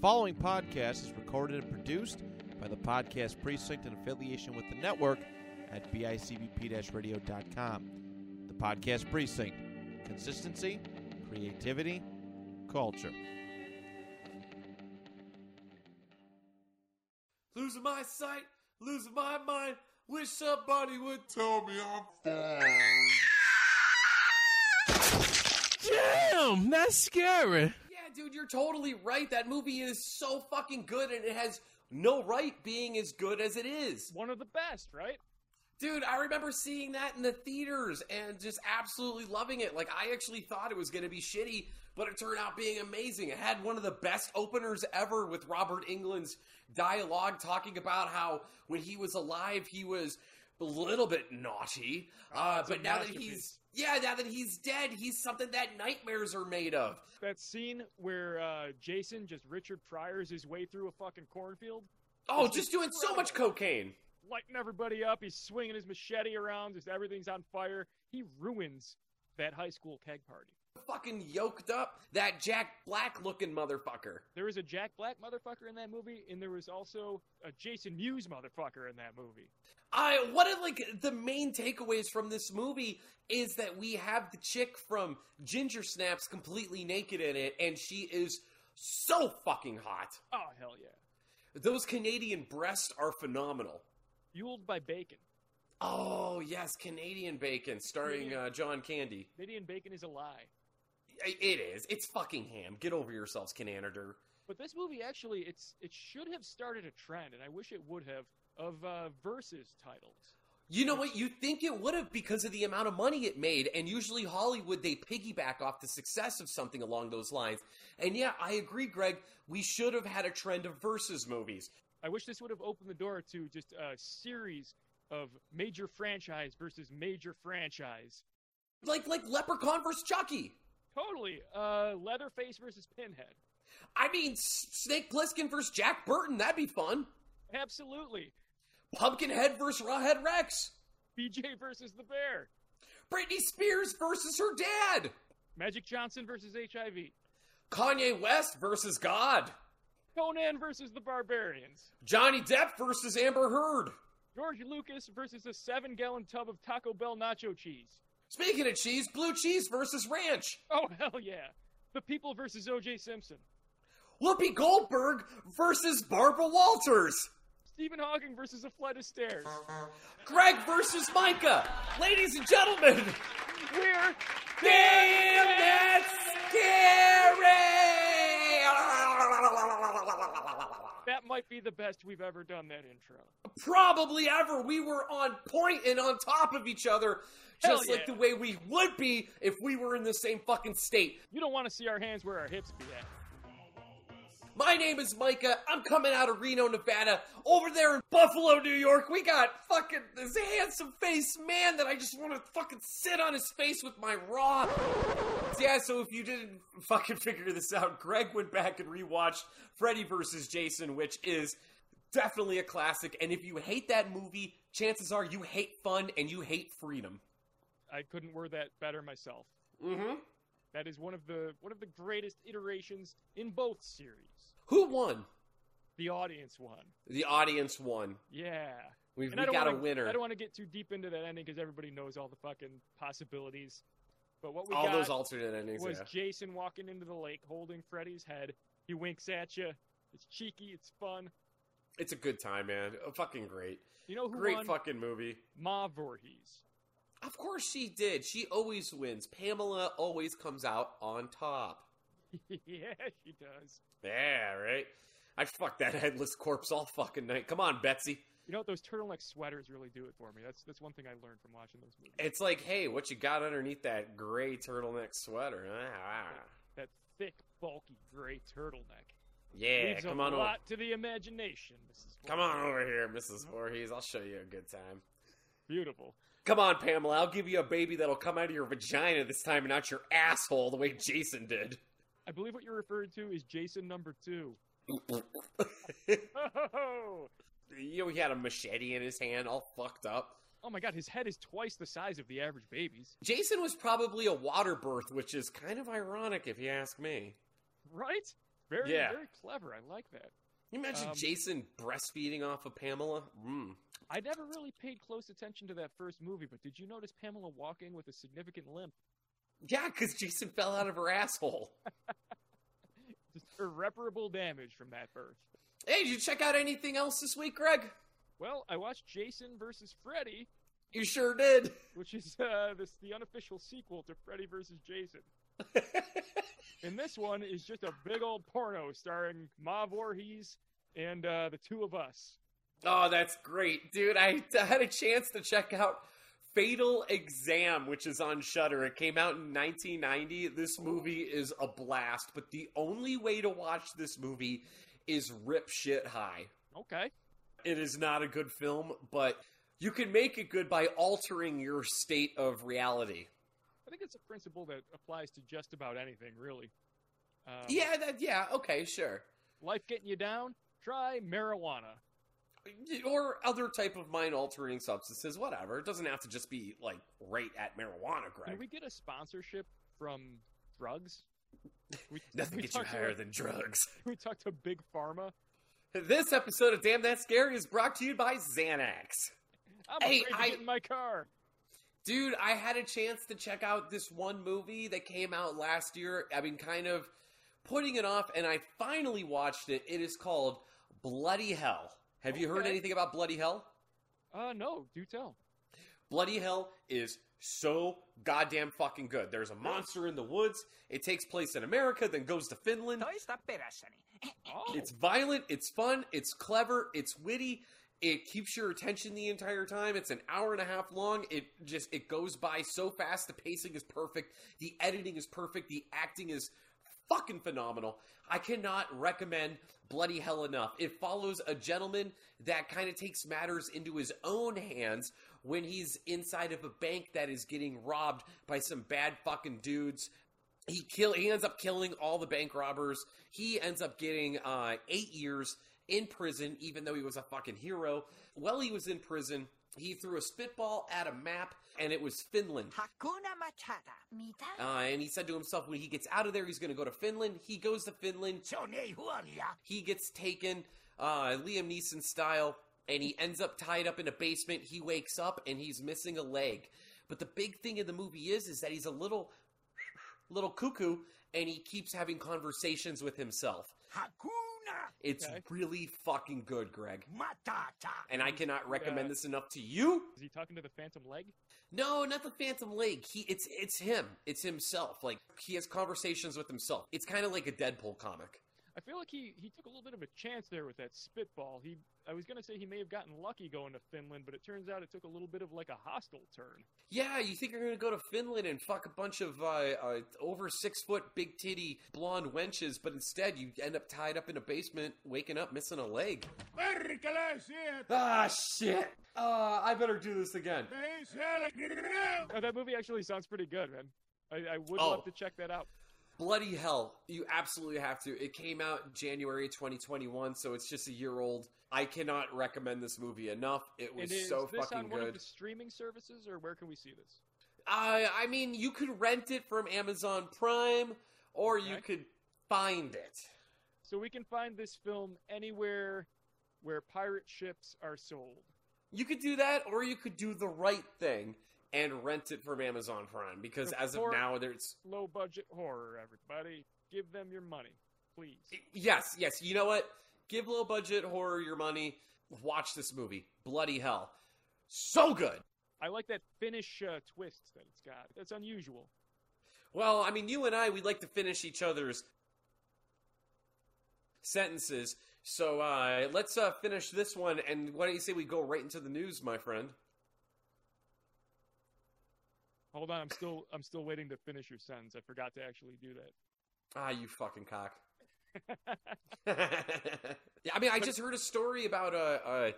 following podcast is recorded and produced by the Podcast Precinct in affiliation with the network at bicbp radio.com. The Podcast Precinct consistency, creativity, culture. Losing my sight, losing my mind. Wish somebody would tell me I'm Damn, that's scary. Yeah, dude, you're totally right. That movie is so fucking good and it has no right being as good as it is. One of the best, right? Dude, I remember seeing that in the theaters and just absolutely loving it. Like, I actually thought it was going to be shitty, but it turned out being amazing. It had one of the best openers ever with Robert England's dialogue talking about how when he was alive, he was a little bit naughty. Uh, but now that he's. Yeah, now that he's dead, he's something that nightmares are made of. That scene where uh, Jason just Richard Pryor's his way through a fucking cornfield, Oh, just doing so much cocaine. lighting everybody up. He's swinging his machete around, just everything's on fire. He ruins that high school keg party. Fucking yoked up that Jack Black looking motherfucker. There was a Jack Black motherfucker in that movie, and there was also a Jason Mewes motherfucker in that movie. I one of like the main takeaways from this movie is that we have the chick from Ginger Snaps completely naked in it, and she is so fucking hot. Oh hell yeah! Those Canadian breasts are phenomenal. Fueled by bacon. Oh yes, Canadian Bacon, starring uh, John Candy. Canadian bacon is a lie. I- It is. It's fucking ham. Get over yourselves, Canada. But this movie actually, it's it should have started a trend, and I wish it would have of uh, versus titles. You know what? You think it would have because of the amount of money it made, and usually Hollywood they piggyback off the success of something along those lines. And yeah, I agree, Greg. We should have had a trend of versus movies. I wish this would have opened the door to just a series of major franchise versus major franchise. Like like Leprechaun versus Chucky. Totally. Uh, Leatherface versus Pinhead. I mean, S- Snake Plissken versus Jack Burton. That'd be fun. Absolutely. Pumpkinhead versus Rawhead Rex. BJ versus the Bear. Britney Spears versus her dad. Magic Johnson versus HIV. Kanye West versus God. Conan versus the Barbarians. Johnny Depp versus Amber Heard. George Lucas versus a seven gallon tub of Taco Bell nacho cheese. Speaking of cheese, blue cheese versus ranch. Oh, hell yeah. The People versus OJ Simpson. Whoopi Goldberg versus Barbara Walters. Stephen Hawking versus a flight of stairs. Greg versus Micah. Ladies and gentlemen, We're damn that's scary. That might be the best we've ever done that intro. Probably ever. We were on point and on top of each other, just Hell like yeah. the way we would be if we were in the same fucking state. You don't want to see our hands where our hips be at. My name is Micah. I'm coming out of Reno, Nevada. Over there in Buffalo, New York, we got fucking this handsome faced man that I just want to fucking sit on his face with my raw. Yeah, so if you didn't fucking figure this out, Greg went back and rewatched Freddy vs. Jason, which is definitely a classic. And if you hate that movie, chances are you hate fun and you hate freedom. I couldn't word that better myself. Mm-hmm. That is one of the one of the greatest iterations in both series. Who won? The audience one. The audience won. Yeah. We, And we I don't got wanna, a winner. I don't want to get too deep into that ending because everybody knows all the fucking possibilities. But what we All got those alternate endings. was yeah. Jason walking into the lake holding Freddy's head. He winks at you. It's cheeky. It's fun. It's a good time, man. Uh, Fucking great. You know who Great won? fucking movie. Ma Voorhees. Of course she did. She always wins. Pamela always comes out on top. yeah, she does. Yeah, right? I'd fuck that headless corpse all fucking night. Come on, Betsy. You know those turtleneck sweaters really do it for me. That's that's one thing I learned from watching those movies. It's like, hey, what you got underneath that gray turtleneck sweater? Ah, ah. That thick, bulky gray turtleneck. Yeah, Leaves come a on over. lot to the imagination, Mrs. Voorhees. Come on over here, Mrs. Voorhees. I'll show you a good time. Beautiful. Come on, Pamela. I'll give you a baby that'll come out of your vagina this time and out your asshole the way Jason did. I believe what you're referring to is Jason number two. Oh, you know, he had a machete in his hand, all fucked up. oh my god, his head is twice the size of the average baby's. Jason was probably a water birth, which is kind of ironic if you ask me. Right? Very, Yeah. very clever. I like that. you imagine Um, Jason breastfeeding off of Pamela? Mm. I never really paid close attention to that first movie, but did you notice Pamela walking with a significant limp? Yeah, because Jason fell out of her asshole. Just irreparable damage from that birth. Hey, did you check out anything else this week, Greg? Well, I watched Jason versus Freddy, You sure did. which is uh, this the unofficial sequel to Freddy versus Jason. And this one is just a big old porno starring Ma Voorhees and uh, the two of us. oh, that's great, dude. I, I had a chance to check out Fatal Exam, which is on Shudder. It came out in 1990. This movie is a blast, but the only way to watch this movie is rip shit high. Okay. It is not a good film, but you can make it good by altering your state of reality. I think it's a principle that applies to just about anything, really. Um, Yeah, that yeah, okay, sure. Life getting you down? Try marijuana. Or other type of mind altering substances, whatever. It doesn't have to just be like right at marijuana, Can Greg. we get a sponsorship from drugs? We, Nothing we gets you talked to- higher than drugs. We talked to Big Pharma. This episode of Damn That Scary is brought to you by Xanax. I'm Hey, afraid to I- get in my car. Dude, I had a chance to check out this one movie that came out last year. I've been kind of putting it off, and I finally watched it. It is called Bloody Hell. Have you heard Okay. anything about Bloody Hell? Uh, no, do tell. Bloody Hell is so goddamn fucking good. There's a monster in the woods. It takes place in America, then goes to Finland. Oh, It's violent, it's fun, it's clever, it's witty. It keeps your attention the entire time. It's an hour and a half long. It just it goes by so fast. The pacing is perfect. The editing is perfect. The acting is fucking phenomenal. I cannot recommend Bloody Hell enough. It follows a gentleman that kind of takes matters into his own hands when he's inside of a bank that is getting robbed by some bad fucking dudes. He kill he ends up killing all the bank robbers. He ends up getting uh 8 years in prison even though he was a fucking hero. While he was in prison, he threw a spitball at a map and it was Finland. Hakuna Matata. 見た Uh, and he said to himself, when he gets out of there, he's going to go to Finland. He goes to Finland. He gets taken, uh, Liam Neeson style, and he ends up tied up in a basement. He wakes up and he's missing a leg. But the big thing in the movie is, is that he's a little, little cuckoo, and he keeps having conversations with himself. Hakuna It's Okay. really fucking good, Greg. Matata. And I cannot recommend Yeah. this enough to you. is he talking to the Phantom Leg? No, not the Phantom Leg. He it's it's him. It's himself. Like he has conversations with himself. It's kind of like a Deadpool comic. I feel like he, he took a little bit of a chance there with that spitball. He I was gonna say he may have gotten lucky going to Finland, but it turns out it took a little bit of like a hostile turn. Yeah, you think you're gonna go to Finland and fuck a bunch of uh, uh, over six foot, big titty, blonde wenches, but instead you end up tied up in a basement, waking up missing a leg. Ah shit! Uh, I better do this again. Now, that movie actually sounds pretty good, man. I, I would Oh. love to check that out. Bloody hell! You absolutely have to. It came out January 2021, so it's just a year old. I cannot recommend this movie enough. It And was is so this fucking on one good. of the streaming services, or where can we see this? Uh, I mean, you could rent it from Amazon Prime, or you Okay. could find it. So we can find this film anywhere where pirate ships are sold. You could do that, or you could do the right thing and rent it from Amazon Prime because as of Or- now, there's Low budget horror, everybody. Give them your money, please. yes, yes. You know what? Give low budget horror your money. Watch this movie, bloody hell, so good. I like that Finnish uh, twist that it's got. That's unusual. Well, I mean, you and I, we like to finish each other's sentences. So uh, let's uh, finish this one, and why don't you say we go right into the news, my friend? Hold on, I'm still I'm still waiting to finish your sentence. I forgot to actually do that. Ah, you fucking cock. yeah, I mean, I just heard a story about uh, uh,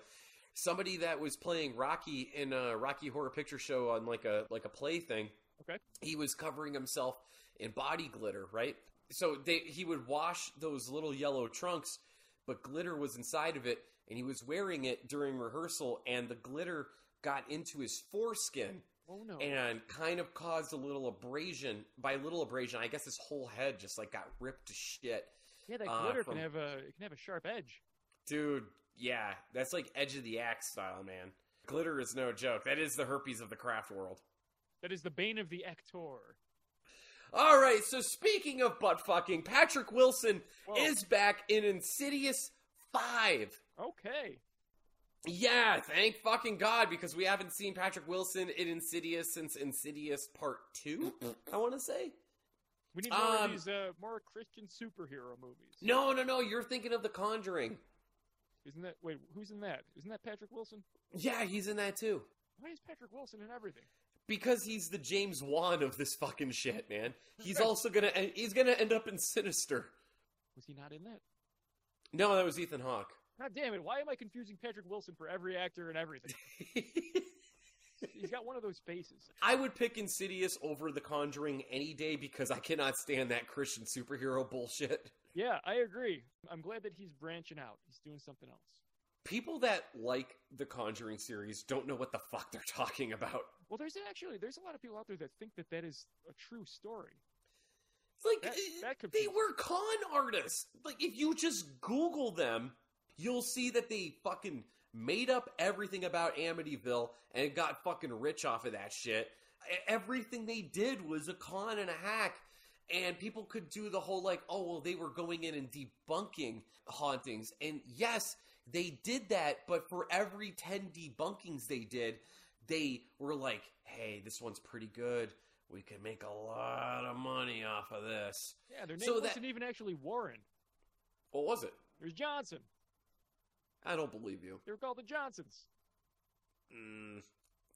somebody that was playing Rocky in a Rocky Horror Picture Show on like a like a play thing. Okay. He was covering himself in body glitter, right? So they he would wash those little yellow trunks, but glitter was inside of it, and he was wearing it during rehearsal, and the glitter got into his foreskin Oh no. and kind of caused a little abrasion. By little abrasion, I guess his whole head just like got ripped to shit. Yeah, that Uh, glitter from- can have a it can have a sharp edge. Dude, yeah, that's like Edge of the Axe style, man. Glitter is no joke. That is the herpes of the craft world. That is the bane of the Ector. All right, so speaking of butt fucking, Patrick Wilson Whoa. is back in Insidious 5. okay. Yeah, thank fucking God, because we haven't seen Patrick Wilson in Insidious since Insidious Part 2, I want to say. We need more Um, of these uh, more Christian superhero movies. No, no, no, you're thinking of The Conjuring. Isn't that wait? Who's in that? Isn't that Patrick Wilson? Yeah, he's in that too. Why is Patrick Wilson in everything? Because he's the James Wan of this fucking shit, man. He's also gonna eh, he's gonna end up in Sinister. Was he not in that? No, that was Ethan Hawke. God damn it! Why am I confusing Patrick Wilson for every actor and everything? He's got one of those faces. I would pick Insidious over The Conjuring any day because I cannot stand that Christian superhero bullshit. Yeah, I agree. I'm glad that he's branching out. He's doing something else. People that like the Conjuring series don't know what the fuck they're talking about. Well, there's actually there's a lot of people out there that think that that is a true story. It's Like That- eh, that could they be- were con artists. Like if you just Google them, you'll see that they fucking made up everything about Amityville and got fucking rich off of that shit. E- Everything they did was a con and a hack. And people could do the whole like, oh well, they were going in and debunking hauntings. And yes, they did that, but for every ten debunkings they did, they were like, hey, this one's pretty good we could make a lot of money off of this. Yeah, their name So that- wasn't even actually Warren. What was it? It was Johnson. I don't believe you. They were called the Johnsons. Mm,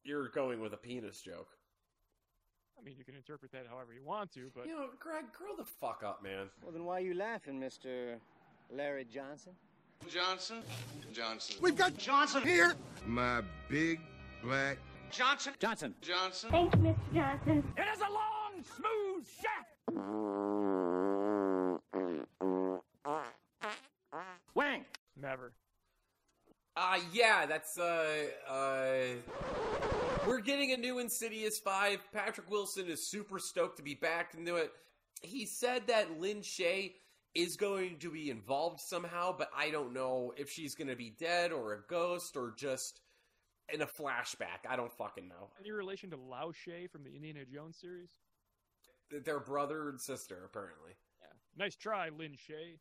you're going with a penis joke. I mean, you can interpret that however you want to, but You know, Greg, grow the fuck up, man. Well, then why are you laughing, Mr. Larry Johnson? Johnson. Johnson. We've got Johnson here. My big black Johnson. Johnson. Johnson. Thank you, Mr. Johnson. It is a long, smooth shaft. Wang! never. Uh, yeah, that's, uh, uh. We're getting a new Insidious 5. Patrick Wilson is super stoked to be back into it. He said that Lynn Shay is going to be involved somehow, but I don't know if she's going to be dead or a ghost or just in a flashback. I don't fucking know. Any relation to Lao Shea from the Indiana Jones series? They're brother and sister, apparently. Yeah. Nice try, Lin Shay.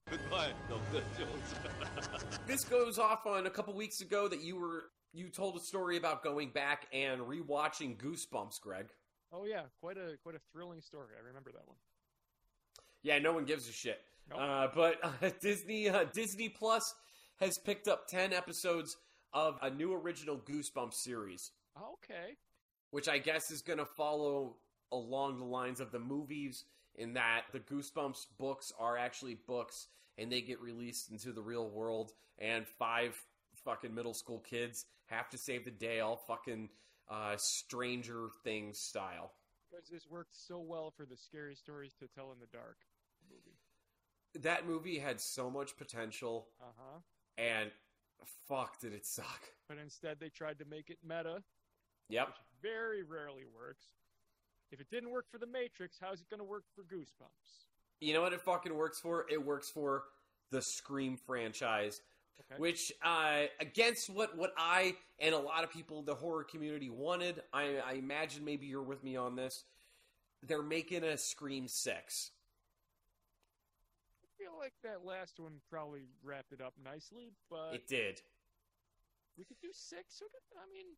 This goes off on a couple weeks ago that you were you told a story about going back and rewatching Goosebumps, Greg. Oh yeah, quite a quite a thrilling story. I remember that one. Yeah, no one gives a shit. Nope. Uh, but uh, Disney uh, Disney Plus has picked up ten episodes of a new original Goosebumps series, Okay. which I guess is going to follow along the lines of the movies. In that the Goosebumps books are actually books, and they get released into the real world, and five fucking middle school kids have to save the day, all fucking uh, Stranger Things style. Because this worked so well for the scary stories to tell in the dark movie. That movie had so much potential, Uh huh. and fuck, did it suck. But instead, they tried to make it meta, Yep. which very rarely works. If it didn't work for The Matrix, how's it going to work for Goosebumps? You know what it fucking works for? It works for the Scream franchise, Okay. which uh, against what what I and a lot of people in the horror community wanted. I, I imagine maybe you're with me on this. They're making a Scream six. I feel like that last one probably wrapped it up nicely, but It did. we could do six. We could, I mean,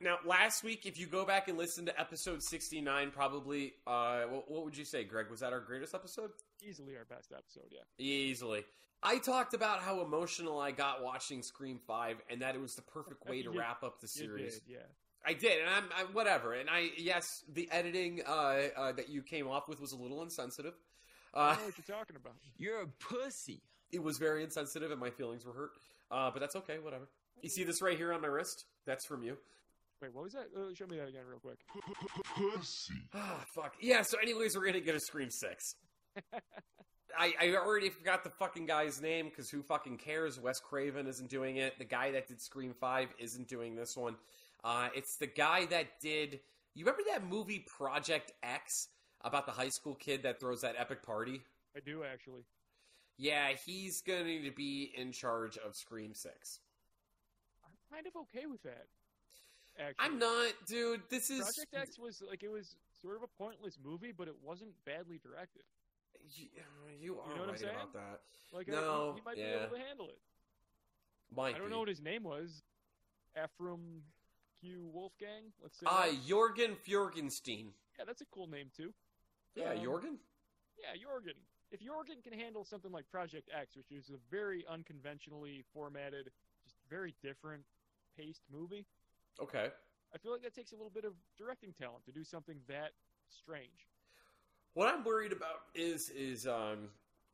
Now, last week, if you go back and listen to episode 69, probably, uh, what, what would you say, Greg? Was that our greatest episode? easily our best episode, yeah. Easily. I talked about how emotional I got watching Scream 5 and that it was the perfect way to You did. wrap up the It series. did, yeah. I did, and I'm, I'm whatever. And I, yes, the editing uh, uh, that you came off with was a little insensitive. I Uh, know what you're talking about. You're a pussy. it was very insensitive, and my feelings were hurt. Uh, but that's okay, whatever. You see this right here on my wrist? That's from you. Wait, what was that? Uh, show me that again, real quick. pussy. Ah, fuck. Yeah, so anyways, we're gonna get a Scream 6. I, I already forgot the fucking guy's name, because who fucking cares? Wes Craven isn't doing it. The guy that did Scream 5 isn't doing this one. Uh, it's the guy that did... You remember that movie Project X? About the high school kid that throws that epic party? I do actually. yeah, he's going to need to be in charge of Scream 6. I'm kind of okay with that. Actually, I'm not, dude. This is. Project X was like it was sort of a pointless movie, but it wasn't badly directed. You, you are know what I'm right saying? about that. Like I- No, he, he might yeah. be able to handle it. Might I don't be. know what his name was. Ephraim Q Wolfgang. Let's say. Ah, that. Jorgen Fjorgenstein. yeah, that's a cool name too. Yeah, Um, Jorgen? Yeah, Jorgen. If Jorgen can handle something like Project X, which is a very unconventionally formatted, just very different paced movie, Okay. I feel like that takes a little bit of directing talent to do something that strange. What I'm worried about is is um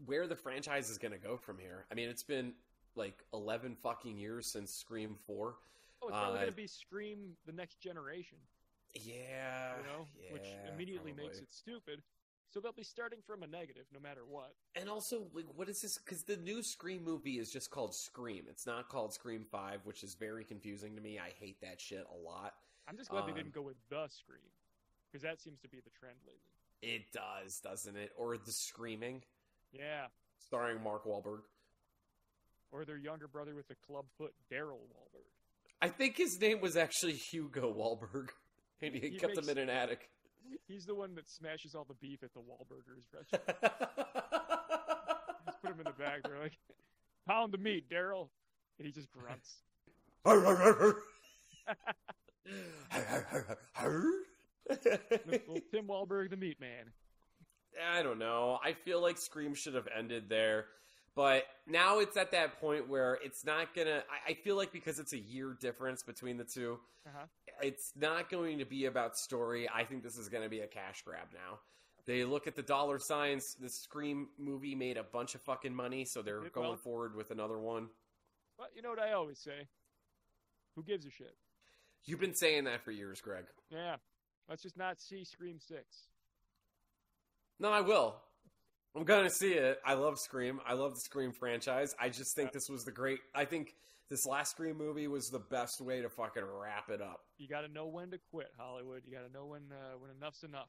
where the franchise is going to go from here. I mean, it's been like 11 fucking years since Scream 4. Oh, it's probably Uh, going to be Scream: The Next Generation, Yeah. you know, which uh, yeah, immediately probably. makes it stupid. So they'll be starting from a negative, no matter what. And also, like, what is this? Because the new Scream movie is just called Scream. It's not called Scream Five, which is very confusing to me. I hate that shit a lot. I'm just glad they Um, didn't go with the Scream, because that seems to be the trend lately. It does, doesn't it? Or the Screaming, Yeah, starring Mark Wahlberg. or their younger brother with the club foot, Daryl Wahlberg. I think his name was actually Hugo Wahlberg, and he, He kept makes- him in an attic. He's the one that smashes all the beef at the Wahlburgers restaurant. just put him in the back. They're like, pound the meat, Daryl. And he just grunts. Little Tim Wahlberg, the meat man. I don't know. I feel like Scream should have ended there. But now it's at that point where it's not gonna. I, I feel like because it's a year difference between the 2 Uh-huh. it's not going to be about story. I think this is gonna be a cash grab now. They look at the dollar signs. The Scream movie made a bunch of fucking money, so they're It going will. forward with another one. But you know what I always say? Who gives a shit? You've been saying that for years, Greg. Yeah. Let's just not see Scream 6. No, I will. I'm gonna see it. I love Scream. I love the Scream franchise. I just think this was the great. I think this last Scream movie was the best way to fucking wrap it up. You got to know when to quit, Hollywood. You got to know when uh, when enough's enough.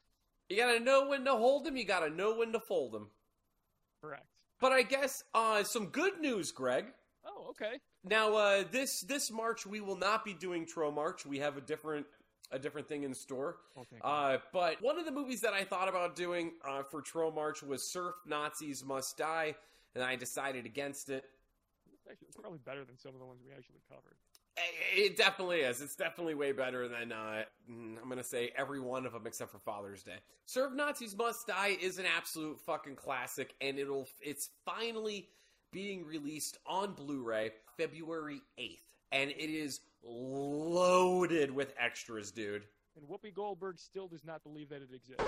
You gotta know when to hold them. You gotta know when to fold them. Correct. But I guess uh, some good news, Greg. Oh, okay. Now uh, this this March we will not be doing Tro March. We have a different a different thing in store. Oh, thank God. Uh, but one of the movies that I thought about doing uh, for Tro March was Surf Nazis Must Die, and I decided against it. It's actually it's probably better than some of the ones we actually covered. It definitely is. It's definitely way better than uh, mm, I'm going to say every one of them except for Father's Day. Serve Nazis Must Die is an absolute fucking classic, and it'll it's finally being released on Blu-ray February 8th, and it is loaded with extras, dude. And Whoopi Goldberg still does not believe that it exists.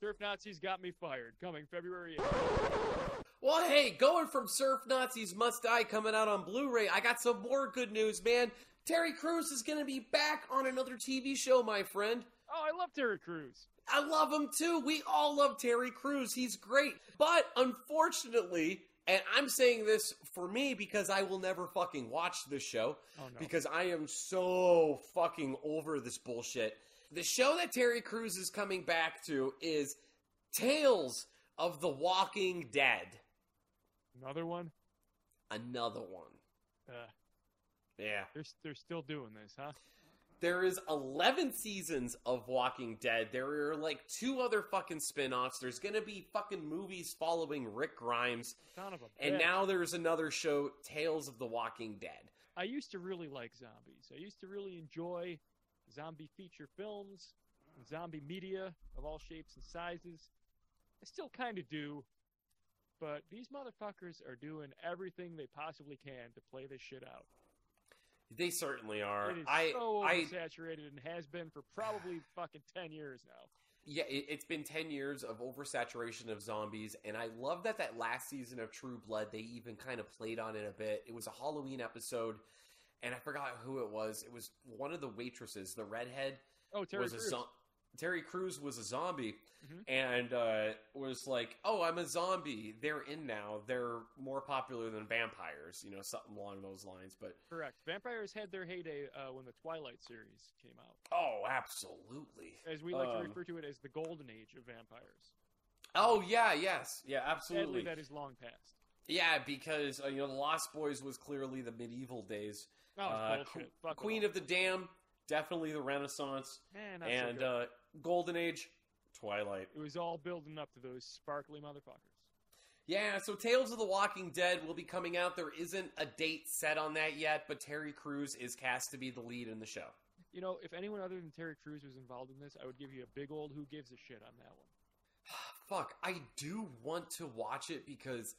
Surf Nazis got me fired. Coming February 8th. Well, hey, going from Surf Nazis Must Die coming out on Blu ray, I got some more good news, man. Terry Crews is going to be back on another TV show, my friend. Oh, I love Terry Crews. I love him too. We all love Terry Crews. He's great. But unfortunately, and I'm saying this for me because I will never fucking watch this show Oh, no. because I am so fucking over this bullshit. The show that Terry Crews is coming back to is Tales of the Walking Dead. Another one? Another one. Uh, Yeah. they're, they're still doing this, huh? There is 11 seasons of Walking Dead. There are like two other fucking spin-offs. There's going to be fucking movies following Rick Grimes. Son of a And bitch. now there's another show, Tales of the Walking Dead. I used to really like zombies. I used to really enjoy zombie feature films, and zombie media of all shapes and sizes. I still kind of do, but these motherfuckers are doing everything they possibly can to play this shit out. They certainly are. It is I so I oversaturated and has been for probably fucking 10 years now. yeah, it, it's been 10 years of oversaturation of zombies and I love that that last season of True Blood they even kind of played on it a bit. It was a Halloween episode and I forgot who it was. It was one of the waitresses, the redhead Oh, Terry was Crews. a zo- Terry Crews was a zombie Mhm. and uh, was like, "Oh, I'm a zombie. They're in now. They're more popular than vampires, you know, something along those lines." But Correct. Vampires had their heyday uh, when the Twilight series came out, oh, absolutely. as we like to Um, refer to it as the golden age of vampires. Oh yeah, yes, yeah, Sadly, absolutely. that is long past. Yeah, because uh, you know the Lost Boys was clearly the medieval days. No, Oh, it's Uh, bullshit. Fuck it Queen all. of the Dam, definitely the Renaissance, Man, not so and good. uh, Golden Age, Twilight. it was all building up to those sparkly motherfuckers. Yeah, so Tales of the Walking Dead will be coming out. There isn't a date set on that yet, but Terry Crews is cast to be the lead in the show. You know, if anyone other than Terry Crews was involved in this, I would give you a big old who gives a shit on that one. Fuck, I do want to watch it because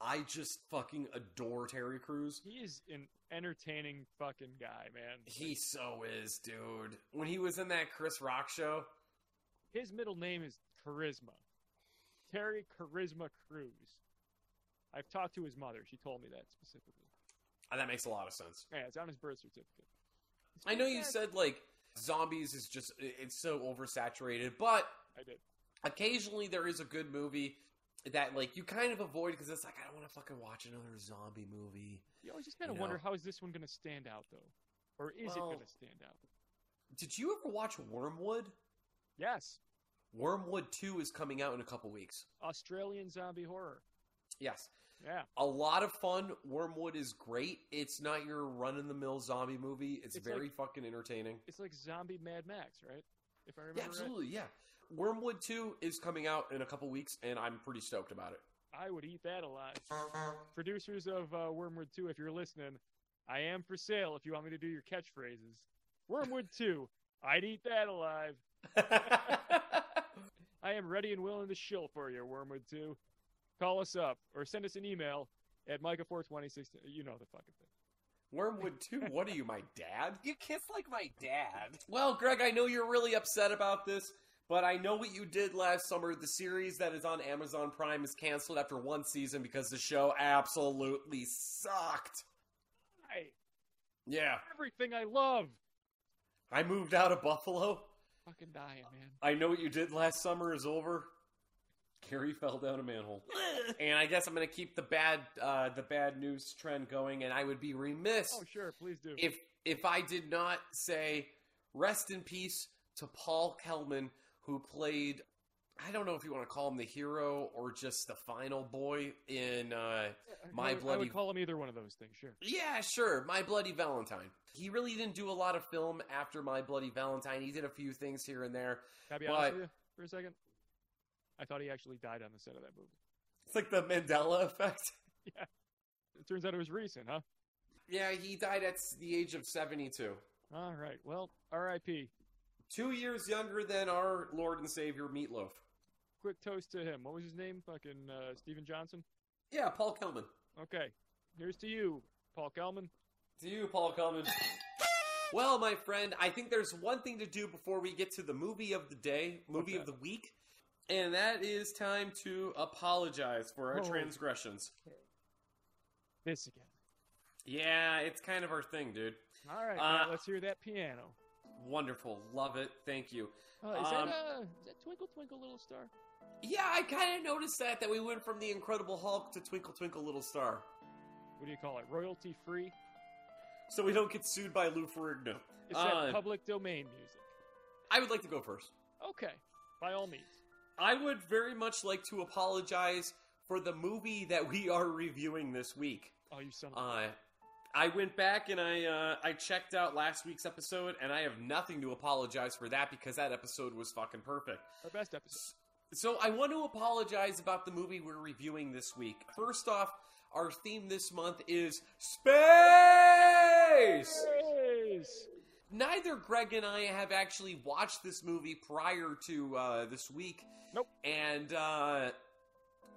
I just fucking adore Terry Crews. He is an entertaining fucking guy, man. He so is, dude. When he was in that Chris Rock show, His middle name is Charisma. Terry Charisma Cruz. I've talked to his mother. She told me that specifically. uh, that makes a lot of sense. Yeah, it's on his birth certificate. I know you Yeah, said like zombies is just i- it's so oversaturated, but I did. occasionally there is a good movie that like you kind of avoid because it's like I don't want to fucking watch another zombie movie. You always just kind of You wonder know. how is this one going to stand out, though? Or is it Well- going to stand out? Did you ever watch Wormwood? Yes. Wormwood 2 is coming out in a couple weeks. Australian zombie horror. Yes. Yeah. A lot of fun. Wormwood is great. It's not your run in the mill zombie movie. It's, It's very fucking entertaining. It's like zombie Mad Max, right? If I remember Yeah, right. absolutely. Yeah. Wormwood 2 is coming out in a couple weeks, and I'm pretty stoked about it. I would eat that alive. Producers of uh, Wormwood 2, if you're listening, I am for sale if you want me to do your catchphrases. Wormwood 2, I'd eat that alive. I am ready and willing to shill for you, Wormwood 2. Call us up or send us an email at Micah426. You know the fucking thing. Wormwood 2, what are you, my dad? You kiss like my dad. Well, Greg, I know you're really upset about this, but I know what you did last summer. The series that is on Amazon Prime is canceled after one season because the show absolutely sucked. I, Yeah. everything I love. I moved out of Buffalo. Fucking dying, man. I know what you did last summer is over. Gary fell down a manhole. and I guess I'm going to keep the bad uh, the bad news trend going and I would be remiss Oh, sure, please do. if if I did not say rest in peace to Paul Kelman who played I don't know if you want to call him the hero or just the final boy in uh, my I would, I bloody- would call him either one of those things, sure. yeah, sure. My Bloody Valentine. He really didn't do a lot of film after My Bloody Valentine. He did a few things here and there. Can I be But- honest with you for a second? I thought he actually died on the set of that movie. It's like the Mandela effect. It turns out it was recent, huh? Yeah, he died at the age of 72. All right. Well, R.I.P. Two years younger than our Lord and Savior Meatloaf. Quick toast to him. What was his name? Fucking uh, Steven Johnson. Yeah, Paul Kelman. Okay. Here's to you, Paul Kelman. To you, Paul Kelman. Well, my friend, I think there's one thing to do before we get to the movie of the day, movie of Okay. the week, and that is time to apologize for our Oh. transgressions. This again. Yeah, it's kind of our thing, dude. All right. Uh, now let's hear that piano. Wonderful. Love it. Thank you. Uh, is, um, that, uh, is that Twinkle Twinkle Little Star? Yeah, I kind of noticed that, that we went from the Incredible Hulk to Twinkle Twinkle Little Star. What do you call it? Royalty free? So we don't get sued by Lou Ferrigno. It's Uh, that public domain music. I would like to go first. Okay. By all means. I would very much like to apologize for the movie that we are reviewing this week. Oh, you son of a- Uh, I went back and I uh, I checked out last week's episode, and I have nothing to apologize for that because that episode was fucking perfect. Our best episode. So I want to apologize about the movie we're reviewing this week. First off, our theme this month is space. Yes! Neither Greg and I have actually watched this movie prior to uh, this week. Nope. And uh,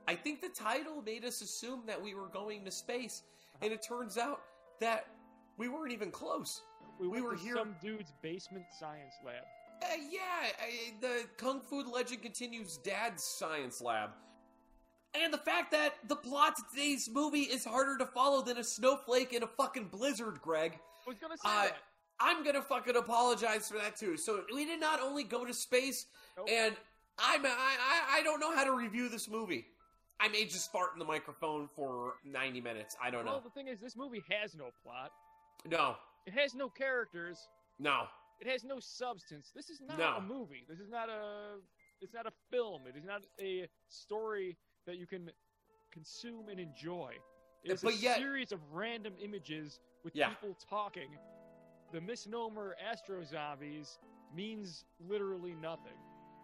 I think the title made us assume that we were going to space, and it turns out that we weren't even close. We, We went were to here- some dude's basement science lab. Uh, yeah, I, the Kung Fu legend continues Dad's science lab. And the fact that the plot to today's movie is harder to follow than a snowflake in a fucking blizzard, Greg. I was going to say Uh, that. I'm gonna fucking apologize for that too. So we did not only go to space, Nope. and I'm I, I I don't know how to review this movie. I may just fart in the microphone for 90 minutes. I don't Well, know. the thing is, this movie has no plot. No, It has no characters. no. It has no substance. This is not No. a movie. This is not a. It's not a film. It is not a story that you can consume, and enjoy. It's a But yet- series of random images with Yeah. people talking. The misnomer Astro Zombies means literally nothing.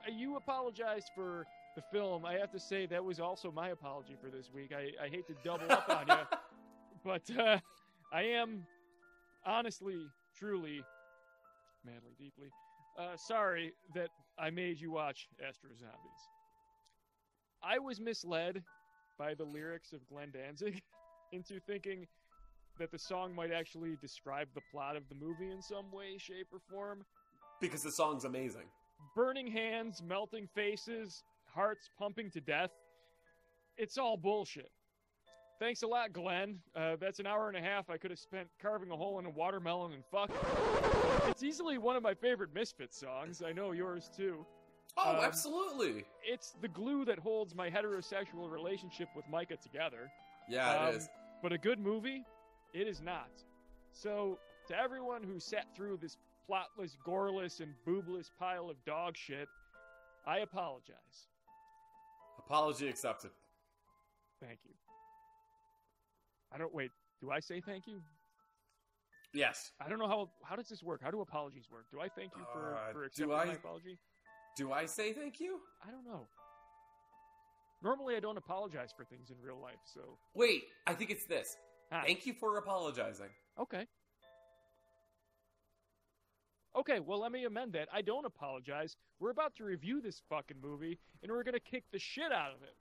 Uh, You apologized for the film. I have to say that was also my apology for this week. I, I hate to double up on you but uh, I am honestly, truly, madly, deeply uh, sorry that I made you watch Astro Zombies. I was misled by the lyrics of Glenn Danzig into thinking that the song might actually describe the plot of the movie in some way, shape, or form. because the song's amazing. Burning hands, melting faces, hearts pumping to death. It's all bullshit. Thanks a lot, Glenn. Uh, that's an hour and a half I could have spent carving a hole in a watermelon and fuck. It's easily one of my favorite Misfits songs. I know yours too. Oh, Um, absolutely. It's the glue that holds my heterosexual relationship with Micah together. Yeah, um, it is. But a good movie, it is not. So, to everyone who sat through this plotless, goreless, and boobless pile of dog shit, I apologize. Apology accepted. Thank you. I don't wait. Do I say thank you? Yes. I don't know how how does this work. How do apologies work? Do I thank you for Uh, for do accepting I- my apology? Do I say thank you? I don't know. Normally, I don't apologize for things in real life. So Wait, I think it's this. Ah. Thank you for apologizing. okay, okay. Well, let me amend that. I don't apologize. We're about to review this fucking movie, and we're gonna kick the shit out of it.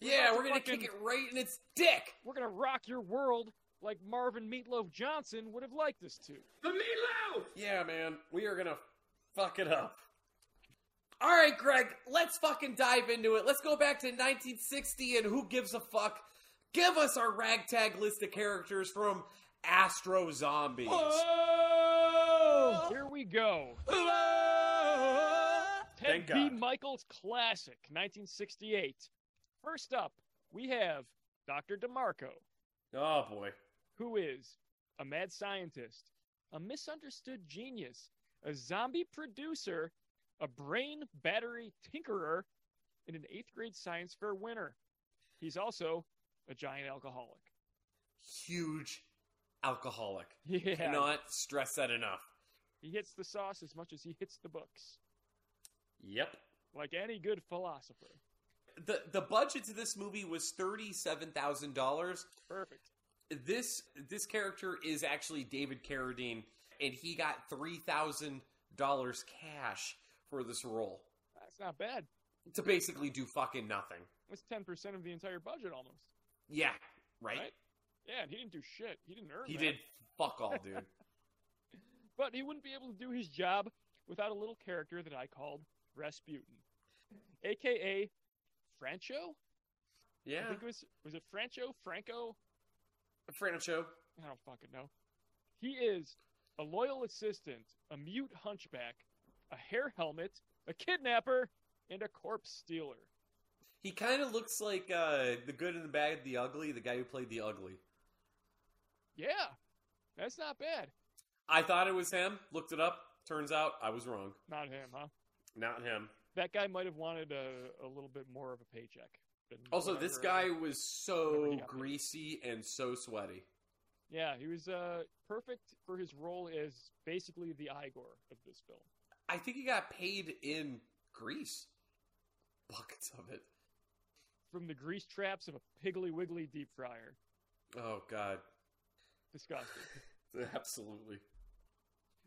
Yeah, about we're to gonna fucking- kick it right in its dick. We're gonna rock your world like Marvin Meatloaf Johnson would have liked us to. The meatloaf! Yeah, man, we are gonna fuck it up. All right, Greg, let's fucking dive into it. Let's go back to 1960 and who gives a fuck? Give us our ragtag list of characters from Astro Zombies. Here we go. Ted Thank B. God. Michaels Classic, 1968. First up, we have Dr. DeMarco, Oh boy. who is a mad scientist, a misunderstood genius, a zombie producer, a brain battery tinkerer, and an eighth grade science fair winner. He's also a giant alcoholic. Huge alcoholic. Yeah. Cannot stress that enough. He hits the sauce as much as he hits the books, Yep. like any good philosopher. The the budget to this movie was thirty seven thousand dollars. Perfect. this this character is actually David Carradine, and he got three thousand dollars cash for this role That's not bad. to basically do fucking nothing. That's ten percent of the entire budget almost. Yeah, right. Right. Yeah, and he didn't do shit. He didn't earn. He that. did fuck all, dude. but he wouldn't be able to do his job without a little character that I called Rasputin, aka Franco. I yeah, think it was was it Franco? Franco? Francho. I don't fucking know. He is a loyal assistant, a mute hunchback, a hair helmet, a kidnapper, and a corpse stealer. He kind of looks like uh, the good and the bad, the ugly, the guy who played the ugly. Yeah, that's not bad. I thought it was him. Looked it up. Turns out I was wrong. Not him, huh? Not him. That guy might have wanted a, a little bit more of a paycheck. than Also, this guy was whatever- Whatever he so got paid. greasy and so sweaty. Yeah, he was uh, perfect for his role as basically the Igor of this film. I think he got paid in Greece. Buckets of it. From the grease traps of a piggly wiggly deep fryer. Oh God, Disgusting. absolutely.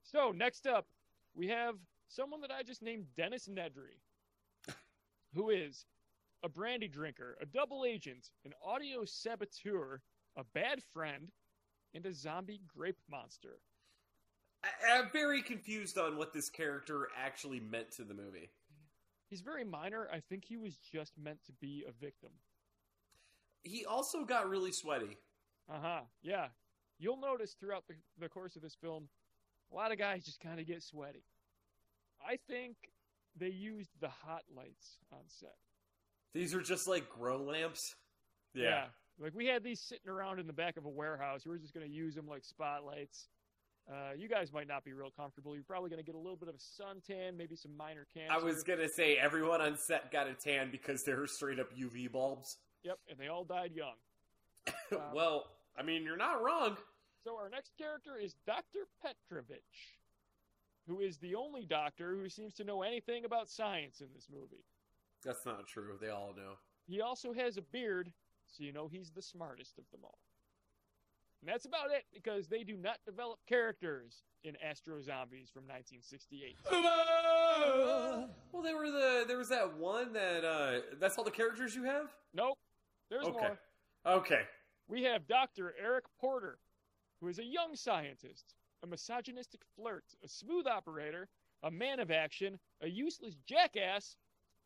so, next up, we have someone that I just named Dennis Nedry, who is a brandy drinker, a double agent, an audio saboteur, a bad friend, and a zombie grape monster. I, I'm very confused on what this character actually meant to the movie. He's very minor. I think he was just meant to be a victim. He also got really sweaty. Uh huh. Yeah. You'll notice throughout the, the course of this film, a lot of guys just kind of get sweaty. I think they used the hot lights on set. These are just like grow lamps. Like we had these sitting around in the back of a warehouse. We were just going to use them like spotlights. Uh, you guys might not be real comfortable. You're probably going to get a little bit of a suntan, maybe some minor cancer. I was gonna say everyone on set got a tan because they were straight up UV bulbs. Yep, and they all died young. Um, well, I mean, you're not wrong. So our next character is Dr. Petrovich, who is the only doctor who seems to know anything about science in this movie. That's not true. They all know. He also has a beard, so you know he's the smartest of them all. And that's about it, because they do not develop characters in Astro Zombies from 1968. Uh, Well, they were the there was that one that uh that's all the characters you have. Nope, there's okay, more. okay. We have Dr. Eric Porter, who is a young scientist, a misogynistic flirt, a smooth operator, a man of action, a useless jackass,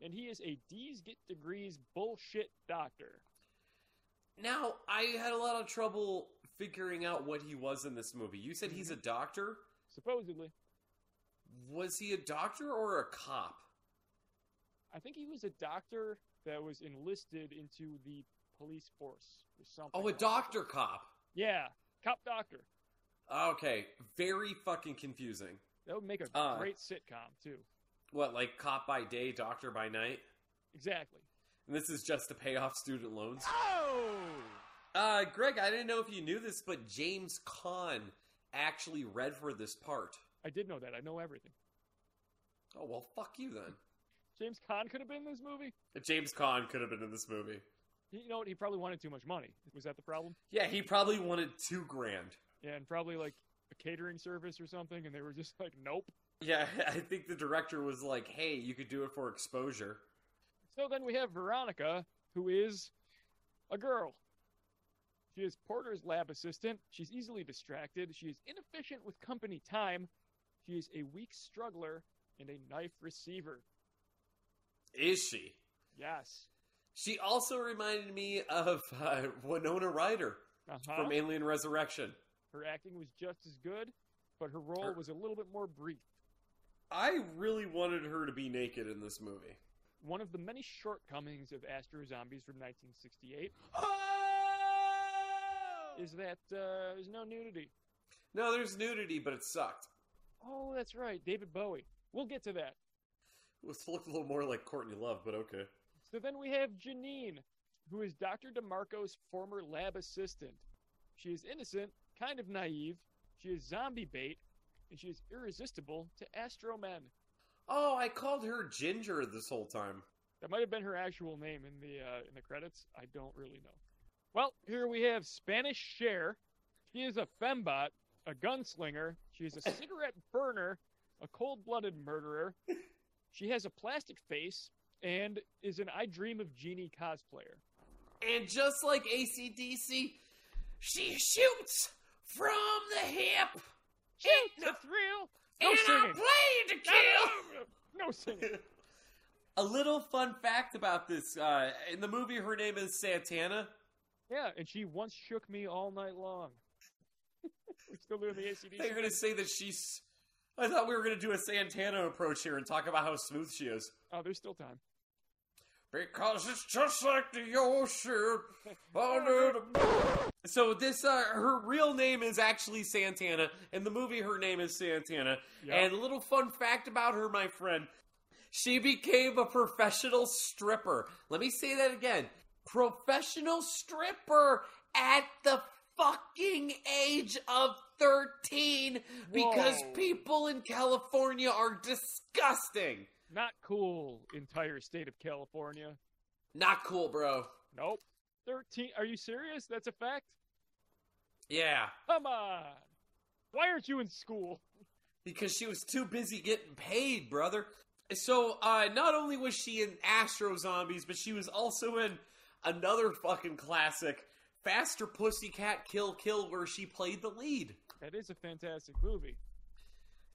and he is a D's get degrees bullshit doctor. Now I had a lot of trouble figuring out what he was in this movie. You said he's a doctor. Supposedly. Was he a doctor or a cop? I think he was a doctor that was enlisted into the police force or something. Oh, a doctor cop. Yeah, cop doctor. Okay, very fucking confusing. That would make a Uh. great sitcom too. What, like cop by day, doctor by night? Exactly. And this is just to pay off student loans. Oh, Uh, Greg, I didn't know if you knew this, but James Caan actually read for this part. I did know that. I know everything. Oh well, fuck you then. James Caan could have been in this movie. James Caan could have been in this movie. You know what? He probably wanted too much money. Was that the problem? Yeah, he probably wanted two grand. Yeah, and probably like a catering service or something, and they were just like, nope. Yeah, I think the director was like, "Hey, you could do it for exposure." So then we have Veronica, who is a girl. She is Porter's lab assistant. She's easily distracted. She is inefficient with company time. She is a weak struggler and a knife receiver. Is she? Yes. She also reminded me of uh, Winona Ryder Uh-huh. from Alien Resurrection. her acting was just as good, but her role Her- was a little bit more brief. I really wanted her to be naked in this movie. One of the many shortcomings of Astro Zombies from 1968 Oh! is that uh, there's no nudity. No, there's nudity, but it sucked. Oh, that's right, David Bowie. We'll get to that. It looked a little more like Courtney Love, but okay. So then we have Janine, who is Dr. DeMarco's former lab assistant. She is innocent, kind of naive, she is zombie bait, and she is irresistible to Astro Men. Oh, I called her Ginger this whole time. That might have been her actual name in the uh, in the credits. I don't really know. Well, here we have Spanish Cher. She is a fembot, a gunslinger. She is a cigarette burner, a cold-blooded murderer. She has a plastic face and is an I Dream of Jeannie cosplayer. And just like ACDC, she shoots from the hip. Shoot the thrill. No singing. play to No singing. A little fun fact about this: uh, in the movie, her name is Santana. Yeah, and she once shook me all night long. We're still doing the They were ACDC. gonna say that she's. I thought we were gonna do a Santana approach here and talk about how smooth she is. Oh, there's still time. Because it's just like the ocean under the- So this, uh, her real name is actually Santana. In the movie, her name is Santana. Yeah. And a little fun fact about her, my friend, she became a professional stripper. Let me say that again: professional stripper at the fucking age of thirteen, because Whoa. people in California are disgusting. Not cool, entire state of California. Not cool, bro. Nope. 13. Are you serious? That's a fact? Yeah. Come on. Why aren't you in school? because she was too busy getting paid, brother. So uh, not only was she in Astro Zombies, but she was also in another fucking classic, Faster Pussycat Kill Kill, where she played the lead. That is a fantastic movie.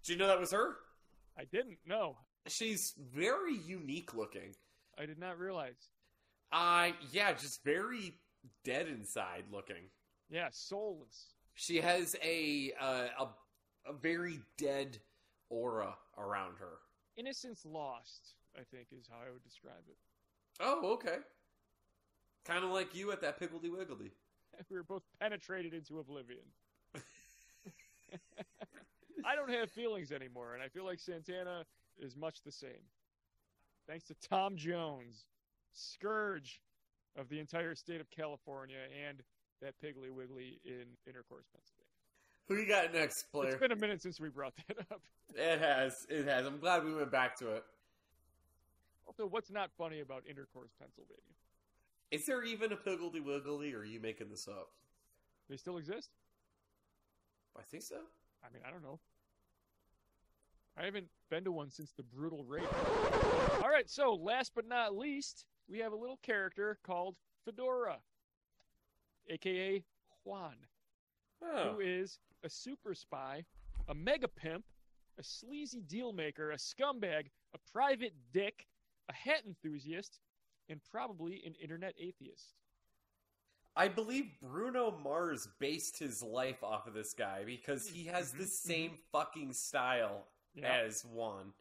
Did you know that was her? I didn't know. She's very unique looking. I did not realize. Uh yeah, just very dead inside looking. Yeah, soulless. She has a uh, a, a very dead aura around her. Innocence lost, I think, is how I would describe it. Oh, okay. Kind of like you at that Piggledy Wiggledy. We were both penetrated into oblivion. I don't have feelings anymore, and I feel like Santana is much the same. Thanks to Tom Jones, Scourge, of the entire state of California and that Piggly Wiggly in Intercourse, Pennsylvania. Who you got next, player? It's been a minute since we brought that up. It has. It has. I'm glad we went back to it. Also, what's not funny about Intercourse, Pennsylvania? Is there even a Piggledy Wiggly, or are you making this up? They still exist? I think so. I mean, I don't know. I haven't been to one since the brutal rape. All right, so last but not least, we have a little character called Fedora, aka Juan, Oh. who is a super spy, a mega pimp, a sleazy deal maker, a scumbag, a private dick, a hat enthusiast, and probably an internet atheist. I believe Bruno Mars based his life off of this guy because he has the same fucking style as Juan.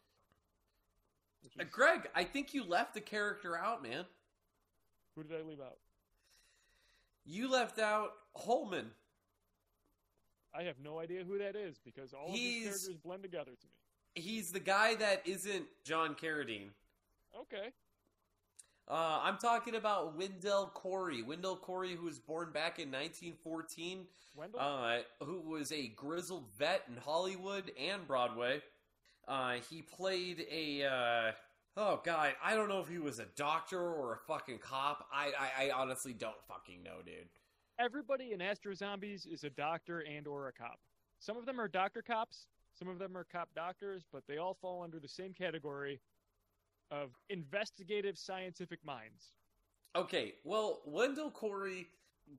which Uh, is- Greg, I think you left the character out, man. who did I leave out? You left out Holman. I have no idea who that is because all He's- of these characters blend together to me. He's the guy that isn't John Carradine. Okay. Uh, I'm talking about Wendell Corey. Wendell Corey, who was born back in 1914, Wendell? uh, who was a grizzled vet in Hollywood and Broadway. Uh, he played a. Uh, oh, God. I don't know if he was a doctor or a fucking cop. I, I, I honestly don't fucking know, dude. everybody in Astro Zombies is a doctor and or a cop. Some of them are doctor cops, some of them are cop doctors, but they all fall under the same category of investigative scientific minds. Okay, well, Wendell Corey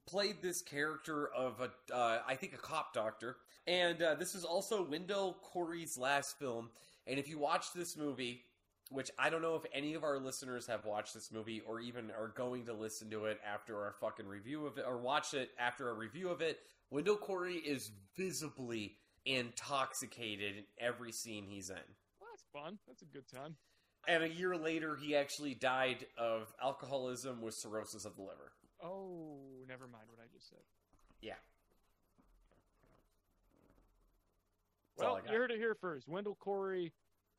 played this character of a, uh, I think, a cop doctor, and uh, this is also Wendell Corey's last film. And if you watch this movie, which I don't know if any of our listeners have watched this movie or even are going to listen to it after our fucking review of it or watch it after a review of it, Wendell Corey is visibly intoxicated in every scene he's in. Well, that's fun. That's a good time. And a year later, he actually died of alcoholism with cirrhosis of the liver. Oh, never mind what I just said. Yeah. That's all Well, I got. you heard it here first. Wendell Corey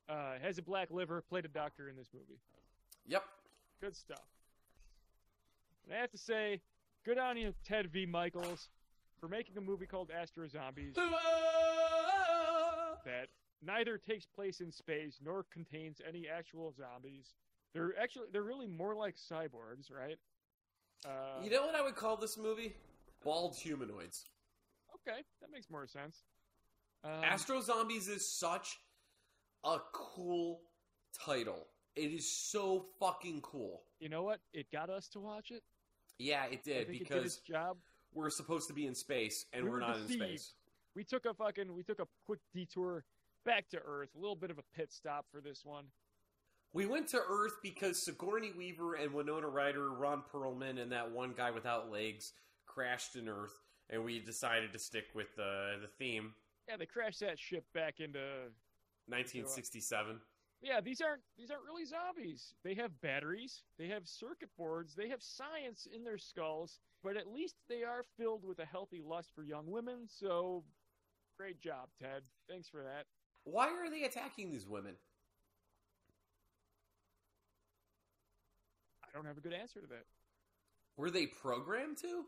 uh, has a black liver, played a doctor in this movie. Yep. Good stuff. And I have to say, good on you, Ted V. Michaels, for making a movie called Astro Zombies. that neither takes place in space nor contains any actual zombies. They're actually they're really more like cyborgs, right? Uh, You know what I would call this movie? Bald humanoids. okay, that makes more sense. Um, Astro Zombies is such a cool title. It is so fucking cool. you know what? It got us to watch it. Yeah, it I did think it did its because job. we're supposed to be in space and We we are were not in deceived. space. We took a fucking we took a quick detour back to Earth. A little bit of a pit stop for this one. We went to Earth because Sigourney Weaver and Winona Ryder, Ron Perlman, and that one guy without legs crashed in Earth, and we decided to stick with the the theme Yeah, they crashed that ship back into. 1967. Yeah, these aren't these aren't really zombies. They have batteries. They have circuit boards. They have science in their skulls. But at least they are filled with a healthy lust for young women. So, great job, Ted. Thanks for that. Why are they attacking these women? I don't have a good answer to that. Were they programmed to?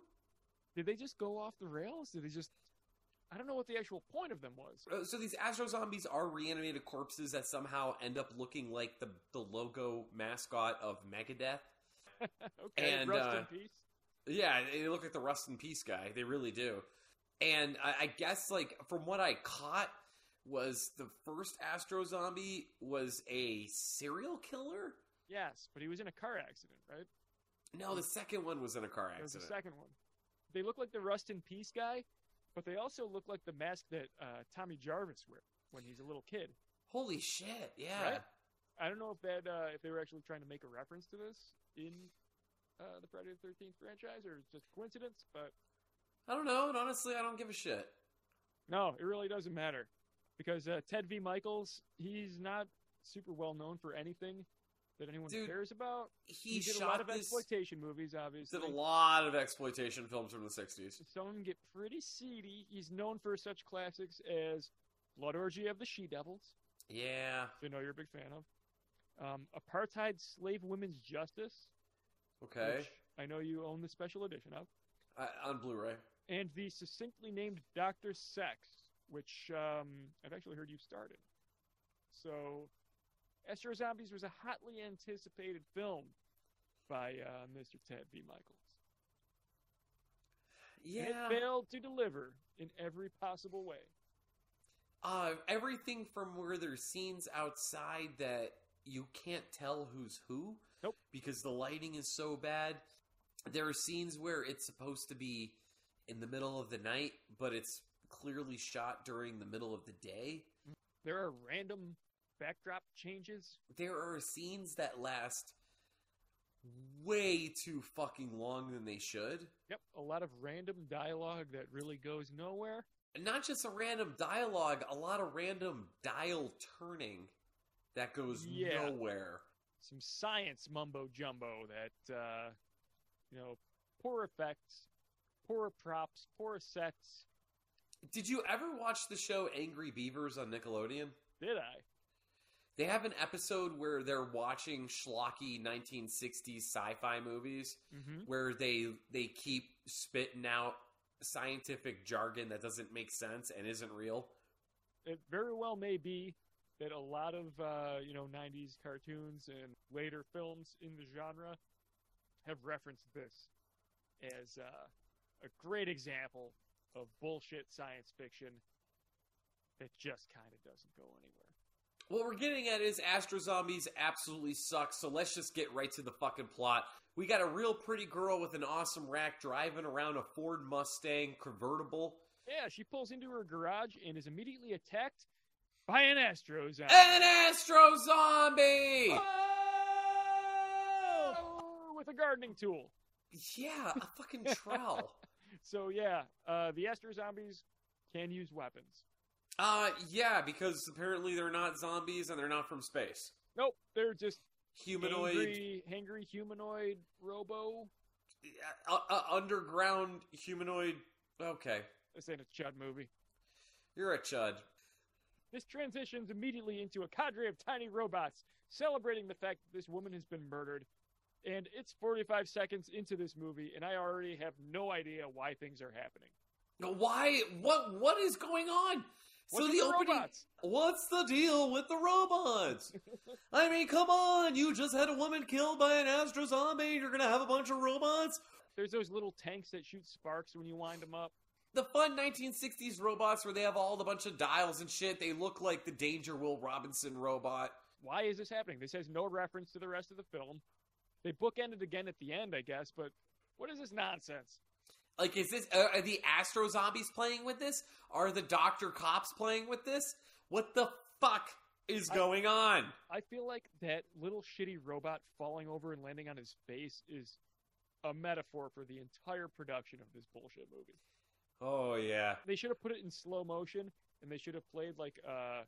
Did they just go off the rails? Did they just? I don't know what the actual point of them was. Uh, So these Astro Zombies are reanimated corpses that somehow end up looking like the the logo mascot of Megadeth. Okay, And, rest uh, in peace. Yeah, they look like the Rust in Peace guy. They really do. And I, I guess, like, from what I caught, was the first Astro Zombie was a serial killer? Yes, but he was in a car accident, right? No, the second one was in a car There's the accident. second one. They look like the Rust in Peace guy, but they also look like the mask that uh, Tommy Jarvis wears when he's a little kid. Holy shit! Yeah, Right? I don't know if that uh, if they were actually trying to make a reference to this in uh, the Friday the Thirteenth franchise, or it's just coincidence. But I don't know. And honestly, I don't give a shit. no, it really doesn't matter because uh, Ted V. Michaels he's not super well known for anything that anyone Dude, cares about. He, did shot a lot of this. exploitation movies, obviously. Did a lot of exploitation films from the '60s. Some of them get pretty seedy. He's known for such classics as Blood Orgy of the She Devils, Yeah. which I know you're a big fan of, um, Apartheid Slave Women's Justice. Okay. which I know you own the special edition of, Uh, on Blu-ray. and the succinctly named Dr. Sex, which um, I've actually heard you've started. So, Esther Zombies was a hotly anticipated film by uh, Mr. Ted B. Michaels. And Yeah. It failed to deliver in every possible way. Uh, everything from where there's scenes outside that you can't tell who's who Nope. because the lighting is so bad. There are scenes where it's supposed to be in the middle of the night, but it's clearly shot during the middle of the day. There are random backdrop changes. There are scenes that last way too fucking long than they should. Yep, a lot of random dialogue that really goes nowhere. And not just a random dialogue, a lot of random dial turning that goes Yeah. nowhere. some science mumbo jumbo that uh, you know poor effects poor props poor sets Did you ever watch the show Angry Beavers on Nickelodeon? did i They have an episode where they're watching schlocky 1960s sci-fi movies mm-hmm. where they they keep spitting out scientific jargon that doesn't make sense and isn't real. it very well may be that a lot of uh, you know 90s cartoons and later films in the genre have referenced this as uh, a great example of bullshit science fiction that just kind of doesn't go anywhere What we're getting at is Astro Zombies absolutely sucks, so let's just get right to the fucking plot. We got a real pretty girl with an awesome rack driving around a Ford Mustang convertible. yeah she pulls into her garage and is immediately attacked by an astro zombie An Astro Zombie! Oh, with a gardening tool. Yeah, a fucking trowel. So yeah, uh, the Astro zombies can use weapons. Uh, yeah, because apparently they're not zombies and they're not from space. Nope, they're just Humanoid, angry, hangry humanoid robo. uh, uh, underground humanoid. Okay, This ain't a chud movie. you're a chud. This transitions immediately into a cadre of tiny robots celebrating the fact that this woman has been murdered. And it's 45 seconds into this movie, and I already have no idea why things are happening. No, Why? What? What is going on? What's with the robots? What's the deal with the robots? I mean, come on! You just had a woman killed by an astro zombie. You're gonna have a bunch of robots. There's those little tanks that shoot sparks when you wind them up. The fun 1960s robots where they have all the bunch of dials and shit. They look like the Danger Will Robinson robot. why is this happening? This has no reference to the rest of the film. They bookended again at the end, I guess, but what is this nonsense? Like, is this are are the Astro Zombies playing with this? Are the Doctor Cops playing with this? What the fuck is I- going on? I feel like that little shitty robot falling over and landing on his face is a metaphor for the entire production of this bullshit movie. Oh yeah, They should have put it in slow motion and they should have played like uh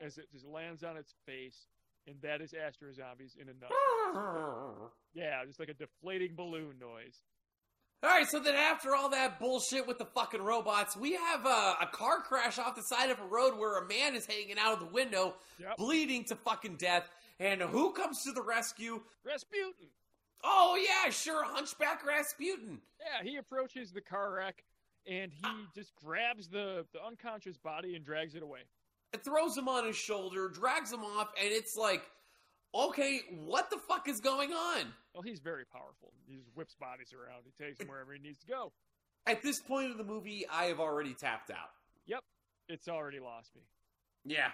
as it just lands on its face and that is Astro Zombies in a nut. All Yeah, just like a deflating balloon noise. right. So then, after all that bullshit with the fucking robots, we have a, a car crash off the side of a road where a man is hanging out of the window, Yep. bleeding to fucking death. And who comes to the rescue? Rasputin! Oh yeah, sure, Hunchback Rasputin. Yeah, he approaches the car wreck and he just grabs the, the unconscious body and drags it away. It throws him on his shoulder, drags him off, and it's like, okay, what the fuck is going on? Well, he's very powerful. He just whips bodies around. He takes them wherever he needs to go. At this point of the movie, I have already tapped out. It's already lost me. Yeah.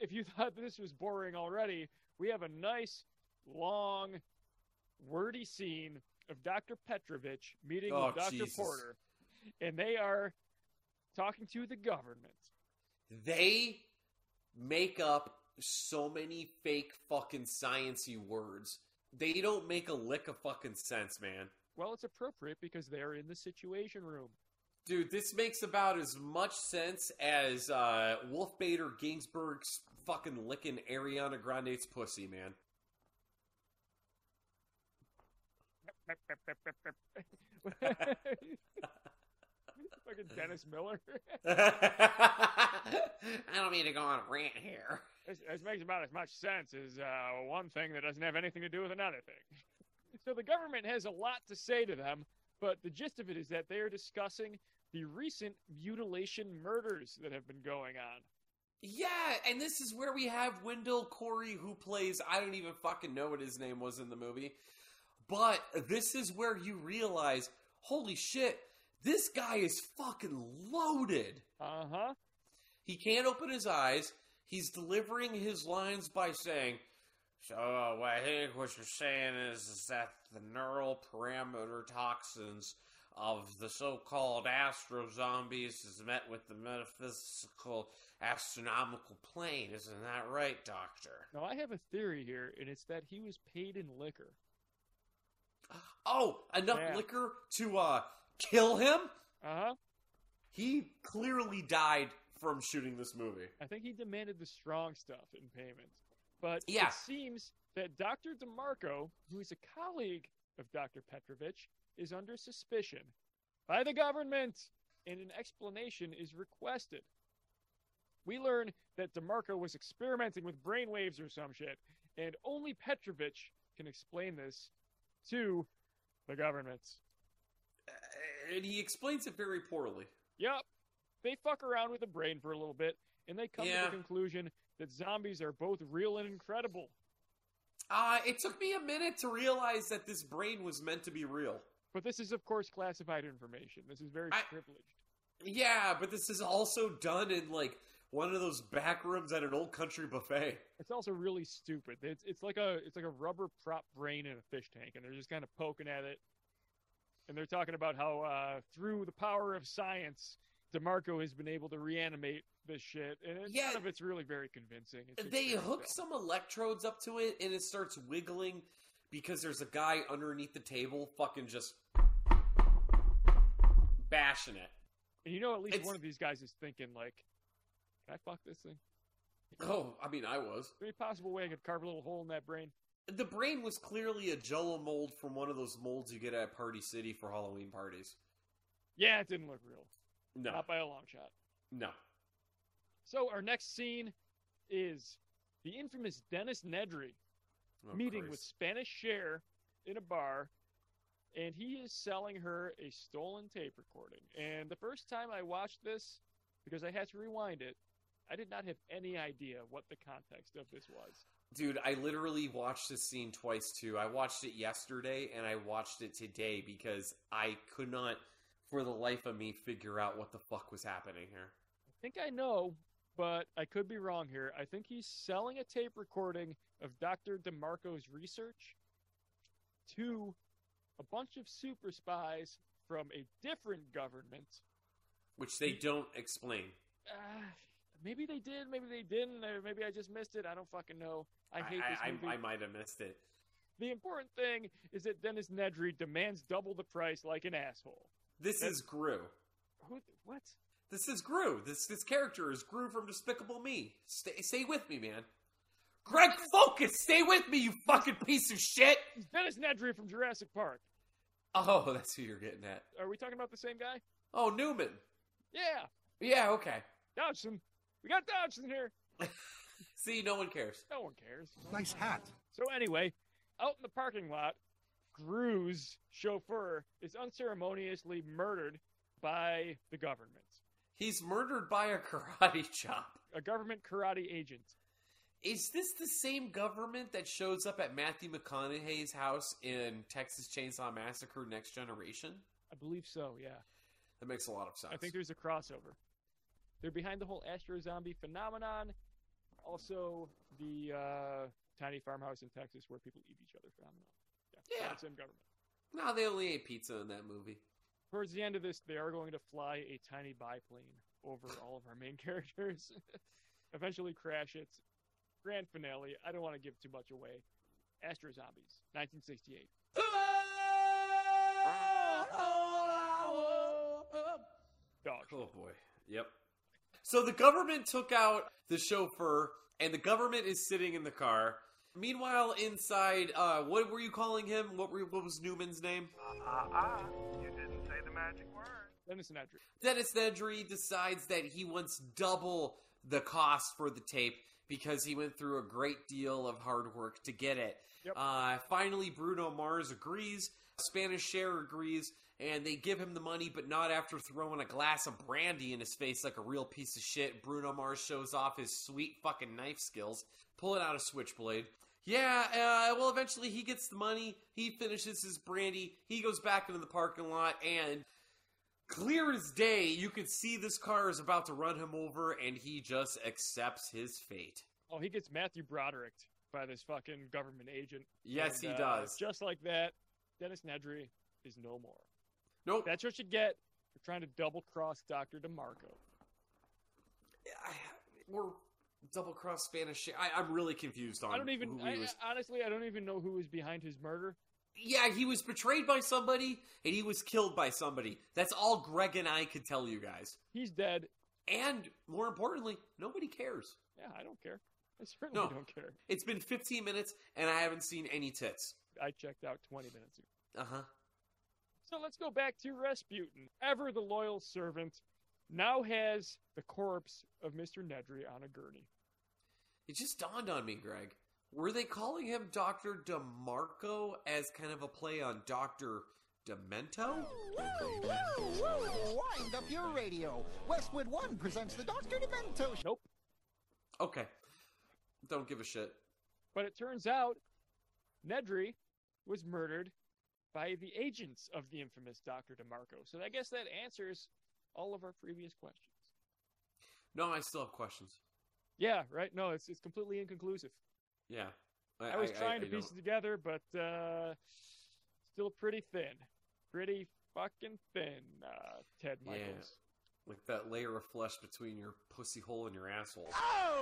If you thought this was boring already, we have a nice, long, wordy scene of Dr. Petrovich meeting Oh, with Dr. Jesus. Porter, and they are talking to the government. They make up so many fake fucking sciency words. They don't make a lick of fucking sense, man. Well, it's appropriate because they're in the Situation Room. Dude, this makes about as much sense as uh, Wolf Bader Ginsburg's fucking licking Ariana Grande's pussy, man. Fucking Dennis Miller. I don't mean to go on a rant here. This, this makes about as much sense as uh, one thing that doesn't have anything to do with another thing. so the government has a lot to say to them, but the gist of it is that they are discussing the recent mutilation murders that have been going on. Yeah, and this is where we have Wendell Corey, who plays, I don't even fucking know what his name was in the movie. But this is where you realize, holy shit, this guy is fucking loaded. Uh huh. He can't open his eyes. He's delivering his lines by saying, So, uh, well, I think what you're saying is, is that the neural parameter toxins of the so called astro zombies is met with the metaphysical astronomical plane. Isn't that right, Doctor? Now I have a theory here, and it's that he was paid in liquor. Oh, enough Yeah. liquor to uh, kill him? Uh huh. He clearly died from shooting this movie. I think he demanded the strong stuff in payment. But Yeah. it seems that Dr. DeMarco, who is a colleague of Dr. Petrovich, is under suspicion by the government, and an explanation is requested. We learn that DeMarco was experimenting with brainwaves or some shit, and only Petrovich can explain this to the government. Uh, And he explains it very poorly. Yep. They fuck around with the brain for a little bit, and they come to Yeah. the conclusion that zombies are both real and incredible. Uh, it took me a minute to realize that this brain was meant to be real. But this is, of course, classified information. This is very I- privileged. Yeah, but this is also done in like one of those back rooms at an old country buffet. It's also really stupid. It's, it's like a it's like a rubber prop brain in a fish tank, and they're just kind of poking at it. And they're talking about how uh, through the power of science, Demarco has been able to reanimate this shit, and it's, Yeah. none of it's really very convincing. It's just They very hook dumb. some electrodes up to it and it starts wiggling because there's a guy underneath the table fucking just bashing it. and you know at least it's- one of these guys is thinking like, "Can I fuck this thing?" Oh, I mean, I was. Any possible way I could carve a little hole in that brain? The brain was clearly a jello mold from one of those molds you get at Party City for Halloween parties. Yeah, it didn't look real. No, Not by a long shot. no. So our next scene is the infamous Dennis Nedry Oh, meeting Christ. with Spanish Cher in a bar, and he is selling her a stolen tape recording. And the first time I watched this, because I had to rewind it, I did not have any idea what the context of this was. Dude, I literally watched this scene twice too. I watched it yesterday and I watched it today because I could not, for the life of me, figure out what the fuck was happening here. I think I know, but I could be wrong here. I think he's selling a tape recording of Dr. DeMarco's research to a bunch of super spies from a different government. Which they don't explain. Uh, maybe they did, maybe they didn't, or maybe I just missed it. I don't fucking know. I hate this I, movie. I, might have missed it. The important thing is that Dennis Nedry demands double the price like an asshole. This That's- is Gru. Who? What? This is Gru. This this character is Gru from Despicable Me. Stay stay with me, man. Greg, focus. Stay with me, you fucking piece of shit. It's Dennis Nedry from Jurassic Park. Oh, that's who you're getting at. Are we talking about the same guy? Oh, Newman. Yeah, Yeah, okay. Dodson. We got Dodson here. See, no one cares. No one cares. Nice hat. So anyway, out in the parking lot, Gru's chauffeur is unceremoniously murdered by the government, He's murdered by a karate chop. a government karate agent. Is this the same government that shows up at Matthew McConaughey's house in Texas Chainsaw Massacre Next Generation? I believe so. Yeah, That makes a lot of sense. I think there's a crossover. They're behind the whole Astro Zombie phenomenon, also the uh, tiny farmhouse in Texas where people eat each other phenomenon. Yeah. same government. no, they only ate pizza in that movie. Towards the end of this, they are going to fly a tiny biplane over all of our main characters. Eventually, crash it. Grand finale. I don't want to give too much away. Astro Zombies, 1968. Dog. Oh boy. Yep. So the government took out the chauffeur, and the government is sitting in the car. Meanwhile, inside, uh, what were you calling him? What, were, what was Newman's name? Dennis Nedry. Dennis Nedry decides that he wants double the cost for the tape because he went through a great deal of hard work to get it. Yep. Uh, finally, Bruno Mars agrees. Spanish Cher agrees, and they give him the money, but not after throwing a glass of brandy in his face like a real piece of shit. Bruno Mars shows off his sweet fucking knife skills, pulling out a switchblade. Yeah, uh, well, eventually he gets the money. He finishes his brandy. He goes back into the parking lot, and clear as day, you can see this car is about to run him over, and he just accepts his fate. Oh, he gets Matthew Broderick by this fucking government agent. Yes, And, he uh, does. Just like that, Dennis Nedry is no more. Nope. That's what you get for trying to double cross Dr. DeMarco. I, we're double cross Spanish. shit. I, I'm really confused on. I don't even, Who he I, was. honestly, I don't even know who was behind his murder. yeah, he was betrayed by somebody, and he was killed by somebody. That's all Greg and I could tell you guys. He's dead. And more importantly, nobody cares. Yeah, I don't care. I certainly No. don't care. It's been 15 minutes, and I haven't seen any tits. I checked out 20 minutes ago. Uh huh. So let's go back to Rasputin, ever the loyal servant, now has the corpse of Mr. Nedry on a gurney. It just dawned on me, Greg. Were they calling him Doctor DeMarco as kind of a play on Doctor Demento? Wind up your radio. Westwood One presents the Doctor Demento Nope. Okay, don't give a shit. But it turns out Nedry was murdered by the agents of the infamous Dr. DeMarco. So I guess that answers all of our previous questions. No, I still have questions. Yeah, right? No, it's, it's completely inconclusive. Yeah, I was trying I to piece don't- it together, but uh, still pretty thin. Pretty fucking thin, uh, Ted Yeah. Michaels. like that layer of flesh between your pussy hole and your asshole. Ah!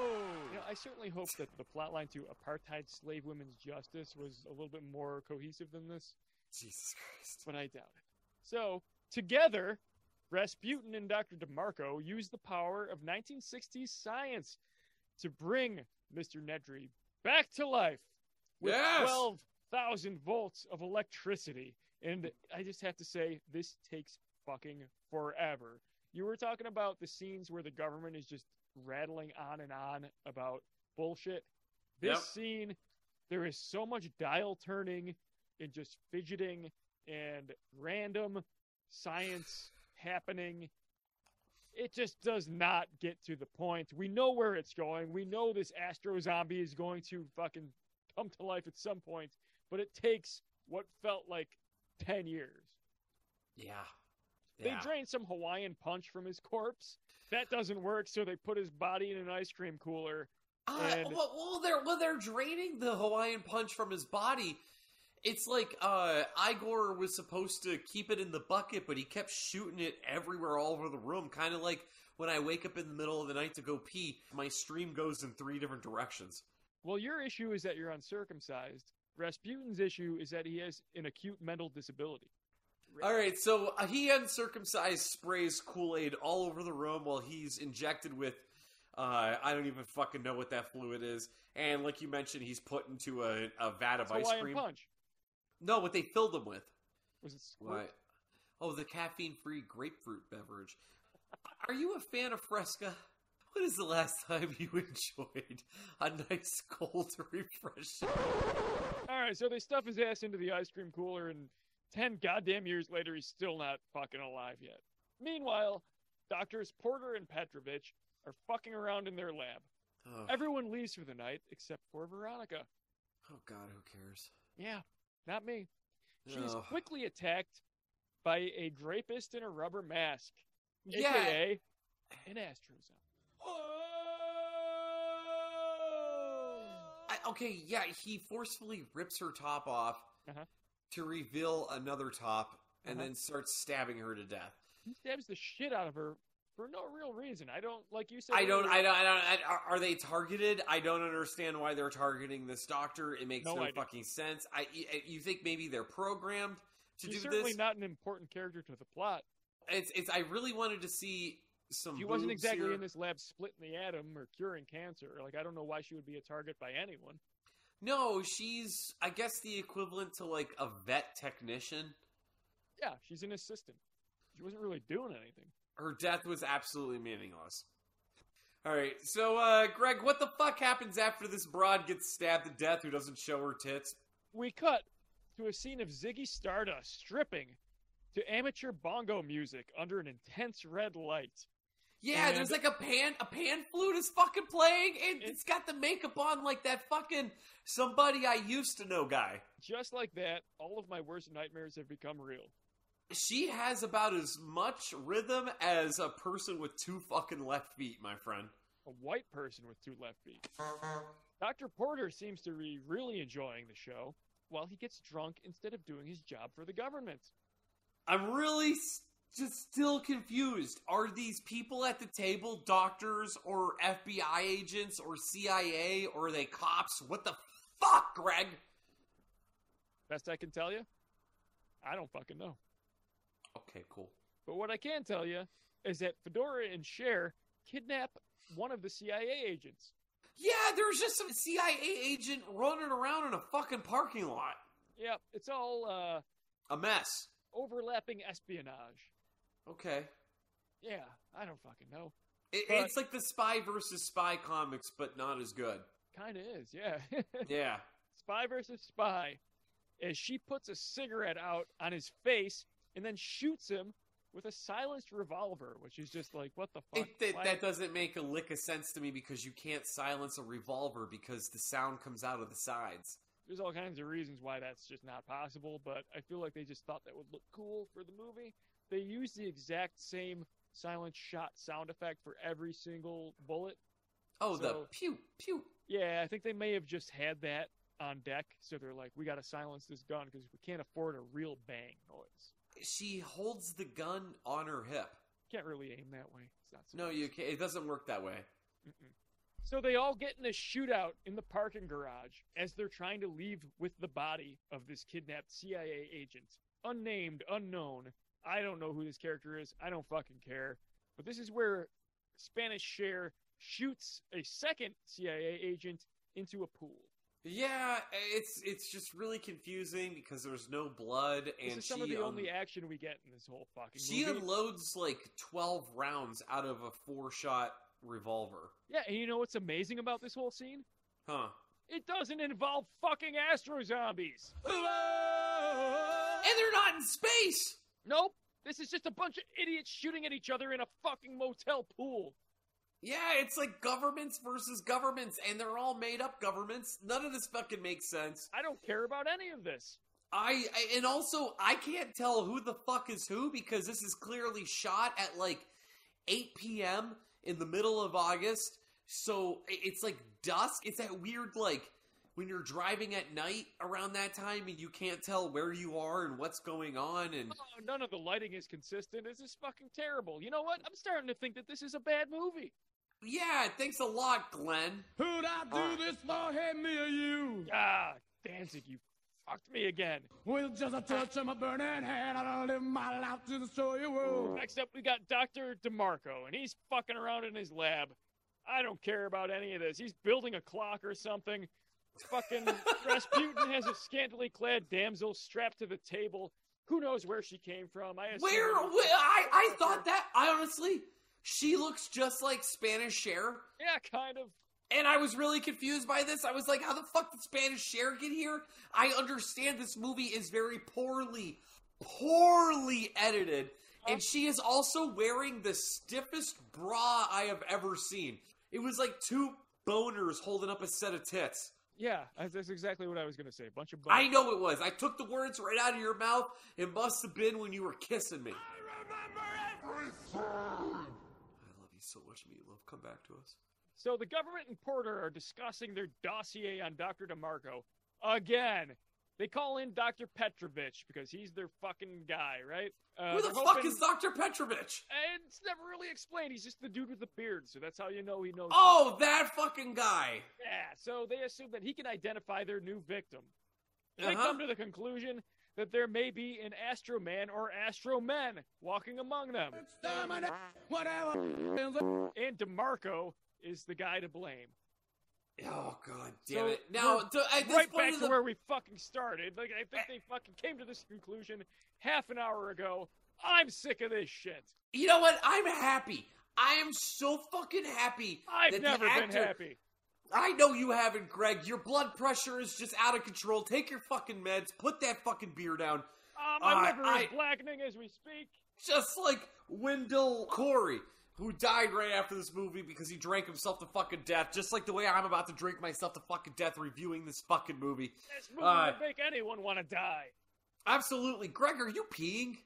You know, I certainly hope that the plotline to apartheid slave women's justice was a little bit more cohesive than this, Jesus Christ. but I doubt it. So, together, Rasputin and Dr. DeMarco used the power of 1960s science to bring Mr. Nedry back to life with Yes! 12,000 volts of electricity. And I just have to say, this takes fucking forever. You were talking about the scenes where the government is just rattling on and on about bullshit. This Yep. scene, there is so much dial turning and just fidgeting and random science happening. It just does not get to the point. We know where it's going. We know this astro zombie is going to fucking come to life at some point, but it takes what felt like 10 years. Yeah. They drained some Hawaiian punch from his corpse. That doesn't work, so they put his body in an ice cream cooler. Uh, and- well, well, they're well, they're draining the Hawaiian punch from his body. It's like uh, Igor was supposed to keep it in the bucket, but he kept shooting it everywhere, all over the room. Kind of like when I wake up in the middle of the night to go pee, my stream goes in three different directions. Well, your issue is that you're uncircumcised. Rasputin's issue is that he has an acute mental disability. All right, so uh, he uncircumcised sprays Kool Aid all over the room while he's injected with, uh, I don't even fucking know what that fluid is. And like you mentioned, he's put into a, a vat of It's ice Hawaiian cream. punch. No, what they filled him with. Was it squirt? Right. Oh, the caffeine free grapefruit beverage. Are you a fan of Fresca? When is the last time you enjoyed a nice cold refreshing? All right, so they stuff his ass into the ice cream cooler, and 10 goddamn years later, he's still not fucking alive yet. Meanwhile, doctors Porter and Petrovich are fucking around in their lab. Oh, Everyone leaves for the night except for Veronica. oh God, who cares? Yeah, not me. She is No. quickly attacked by a rapist in a rubber mask, Yeah. aka an astrozone. I, okay, yeah, he forcefully rips her top off Uh-huh. to reveal another top and Uh-huh. then starts stabbing her to death. He stabs the shit out of her for no real reason. I don't like you said. I don't, earlier- I don't, I don't, I, are- are they targeted? I don't understand why they're targeting this doctor. It makes No no, idea. fucking sense. I, y- you think maybe they're programmed to He's do certainly this? not an important character to the plot. It's, it's, I really wanted to see some. She wasn't boobs exactly here. in this lab splitting the atom or curing cancer. Like I don't know why she would be a target by anyone. No, she's, I guess, the equivalent to like a vet technician. Yeah, she's an assistant. She wasn't really doing anything. Her death was absolutely meaningless. All right, so uh, Greg, what the fuck happens after this broad gets stabbed to death who doesn't show her tits? We cut to a scene of Ziggy Stardust stripping to amateur bongo music under an intense red light. Yeah, And- there's like a pan a pan flute is fucking playing, and It- it's got the makeup on like that fucking somebody I used to know guy. Just like that, all of my worst nightmares have become real. She has about as much rhythm as a person with two fucking left feet, my friend. A white person with two left feet. Dr. Porter seems to be really enjoying the show while he gets drunk instead of doing his job for the government. I'm really s- just still confused. Are these people at the table doctors or FBI agents or CIA or are they cops? What the fuck, Greg? Best I can tell you, I don't fucking know. Okay, cool. But what I can tell you is that Fedora and Cher kidnap one of the CIA agents. Yeah, there's just some CIA agent running around in a fucking parking lot. Yep, it's all uh, A mess. overlapping espionage. Okay. Yeah, I don't fucking know. It, But- it's like the spy versus spy comics, but not as good. Kinda is, yeah. Yeah. spy versus spy. As she puts a cigarette out on his face and then shoots him with a silenced revolver, which is just like, what the fuck? It, that, Why- that doesn't make a lick of sense to me because you can't silence a revolver because the sound comes out of the sides. There's all kinds of reasons why that's just not possible, but I feel like they just thought that would look cool for the movie. They use the exact same silent shot sound effect for every single bullet. Oh, the So- pew, pew. Yeah, I think they may have just had that on deck, so they're like, we got to silence this gun because we can't afford a real bang noise. She holds the gun on her hip. Can't really aim that way. It's not so No, you can't. It doesn't work that way. Mm-mm. So they all get in a shootout in the parking garage as they're trying to leave with the body of this kidnapped CIA agent. Unnamed, unknown. I don't know who this character is. I don't fucking care. But this is where Spanish Cher shoots a second CIA agent into a pool. Yeah, it's it's just really confusing because there's no blood, and this is she some of the un- only action we get in this whole fucking she movie. unloads like twelve rounds out of a four shot revolver. yeah, and you know what's amazing about this whole scene? Huh. It doesn't involve fucking astro zombies. And they're not in space. Nope. This is just a bunch of idiots shooting at each other in a fucking motel pool. Yeah, it's like governments versus governments, and they're all made up governments. None of this fucking makes sense. I don't care about any of this. I, I and also I can't tell who the fuck is who because this is clearly shot at like 8 p.m. in the middle of August. So i- it's like dusk. It's that weird like when you're driving at night around that time and you can't tell where you are and what's going on and Oh, none of the lighting is consistent. This is fucking terrible. You know what? I'm starting to think that this is a bad movie. yeah, thanks a lot, Glenn. Who'd I do this for? Hit me or you? Ah, Danzig, you fucked me again. With just a touch of my burning hand, I'll live my life to destroy your world. Next up, we got Dr. DeMarco, and he's fucking around in his lab. I don't care about any of this. He's building a clock or something. Fucking Rasputin has a scantily clad damsel strapped to the table. Who knows where she came from? I assume Where, it was- where I I thought that I honestly she looks just like Spanish Cher. Yeah, kind of. And I was really confused by this. I was like, how the fuck did Spanish Cher get here? I understand this movie is very poorly, poorly edited. And she is also wearing the stiffest bra I have ever seen. It was like two boners holding up a set of tits. Yeah, that's, that's exactly what I was gonna say. bunch of I know it was. I took the words right out of your mouth. It must have been when you were kissing me. I love you so much, Meatloaf. Come back to us. So the government and Porter are discussing their dossier on Dr. DeMarco again. They call in Dr. Petrovich because he's their fucking guy, right? Uh, Who the they're fuck hoping- is Dr. Petrovich? And it's never really explained. He's just the dude with the beard, so that's how you know he knows. Oh, that fucking guy. something. yeah. So they assume that he can identify their new victim. They Uh-huh. come to the conclusion that there may be an Astro Man or Astro Men walking among them, Dominate whatever. and DeMarco is the guy to blame. Oh god damn So it! Now we're to, at this right point back in to the where we fucking started. Like I think they fucking came to this conclusion half an hour ago. I'm sick of this shit. you know what? I'm happy. I am so fucking happy. I've that never the been actor, happy. I know you haven't, Greg. Your blood pressure is just out of control. Take your fucking meds. Put that fucking beer down. Uh, my I- liver is I- blackening as we speak. Just like Wendell Corey, who died right after this movie because he drank himself to fucking death. Just like the way I'm about to drink myself to fucking death reviewing this fucking movie. This movie Uh, would make anyone want to die. Absolutely. Greg, are you peeing?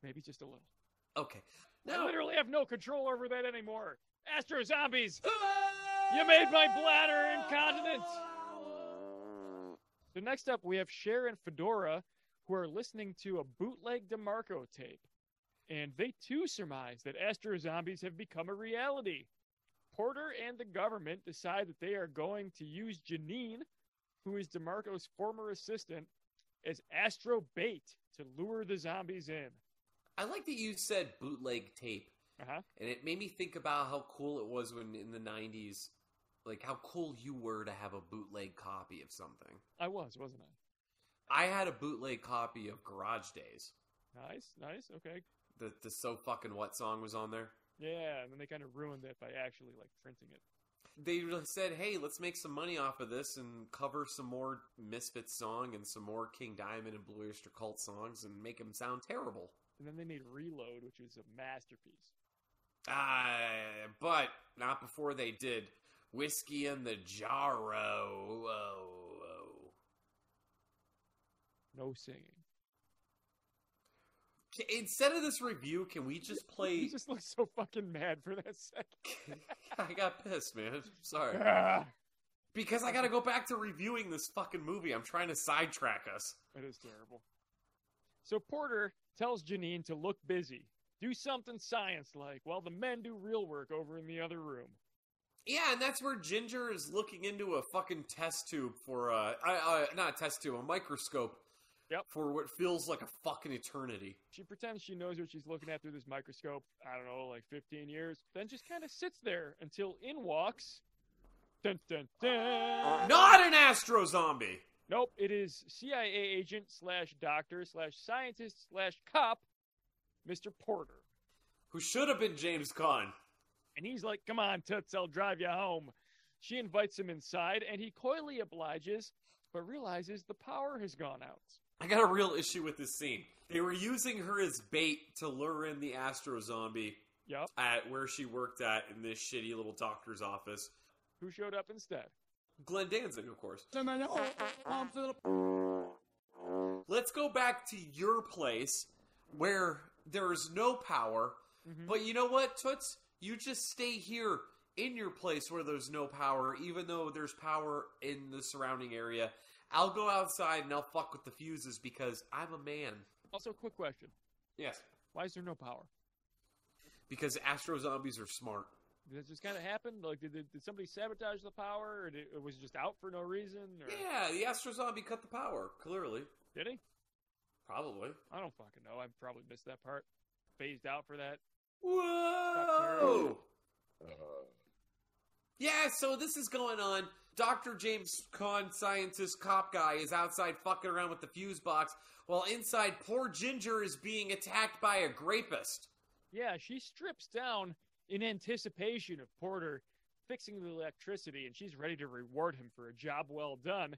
Maybe just a little. Okay. I No. literally have no control over that anymore. Astro Zombies, you made my bladder incontinent. So next up, we have Cher and Fedora, who are listening to a bootleg DeMarco tape, and they too surmise that Astro Zombies have become a reality. Porter and the government decide that they are going to use Janine, who is DeMarco's former assistant, as Astro bait to lure the zombies in. I like that you said bootleg tape. Uh-huh. And it made me think about how cool it was when in the 90s, like how cool you were to have a bootleg copy of something. I was, wasn't I? I had a bootleg copy of Garage Days. Nice, nice. Okay. The, the So Fucking What song was on there. Yeah, and then they kind of ruined it by actually like printing it. They really said, hey, let's make some money off of this and cover some more Misfits song and some more King Diamond and Blue Oyster Cult songs and make them sound terrible. And then they made Reload, which was a masterpiece. Uh, but not before they did Whiskey in the Jarro. Whoa, whoa. No singing. C- Instead of this review, can we just play? He just looked so fucking mad for that second. I got pissed, man. Sorry. Ah, Because I gotta go back to reviewing this fucking movie. I'm trying to sidetrack us. that is terrible. So Porter tells Janine to look busy, do something science-like, while the men do real work over in the other room. Yeah, and that's where Ginger is looking into a fucking test tube for uh, I, uh not a test tube, a microscope. Yep. For what feels like a fucking eternity. She pretends she knows what she's looking at through this microscope. I don't know, like 15 years. Then just kind of sits there until in walks. Dun dun dun. Not an astro zombie. Nope, it is CIA agent slash doctor slash scientist slash cop, Mr. Porter. Who should have been James Caan. And he's like, Come on, Toots, I'll drive you home. She invites him inside, and he coyly obliges, but realizes the power has gone out. I got a real issue with this scene. They were using her as bait to lure in the astro zombie Yep. at where she worked at in this shitty little doctor's office. Who showed up instead? Glenn Danzig, of course. And then, oh, I'm still Let's go back to your place where there is no power. Mm-hmm. Mhm. But you know what, Toots? You just stay here in your place where there's no power, even though there's power in the surrounding area. I'll go outside and I'll fuck with the fuses because I'm a man. Also, quick question Yes. Why is there no power? Because astro zombies are smart. Did it just kind of happen? Like, did, did, did somebody sabotage the power, or, did, or was it just out for no reason? Or Yeah, the astro zombie cut the power, clearly. Did he? Probably. I don't fucking know. I probably missed that part. Phased out for that. Whoa! Yeah, so this is going on. Dr. James Kahn, scientist cop guy, is outside fucking around with the fuse box, while inside, poor Ginger is being attacked by a grapist. Yeah, she strips down in anticipation of Porter fixing the electricity, and she's ready to reward him for a job well done.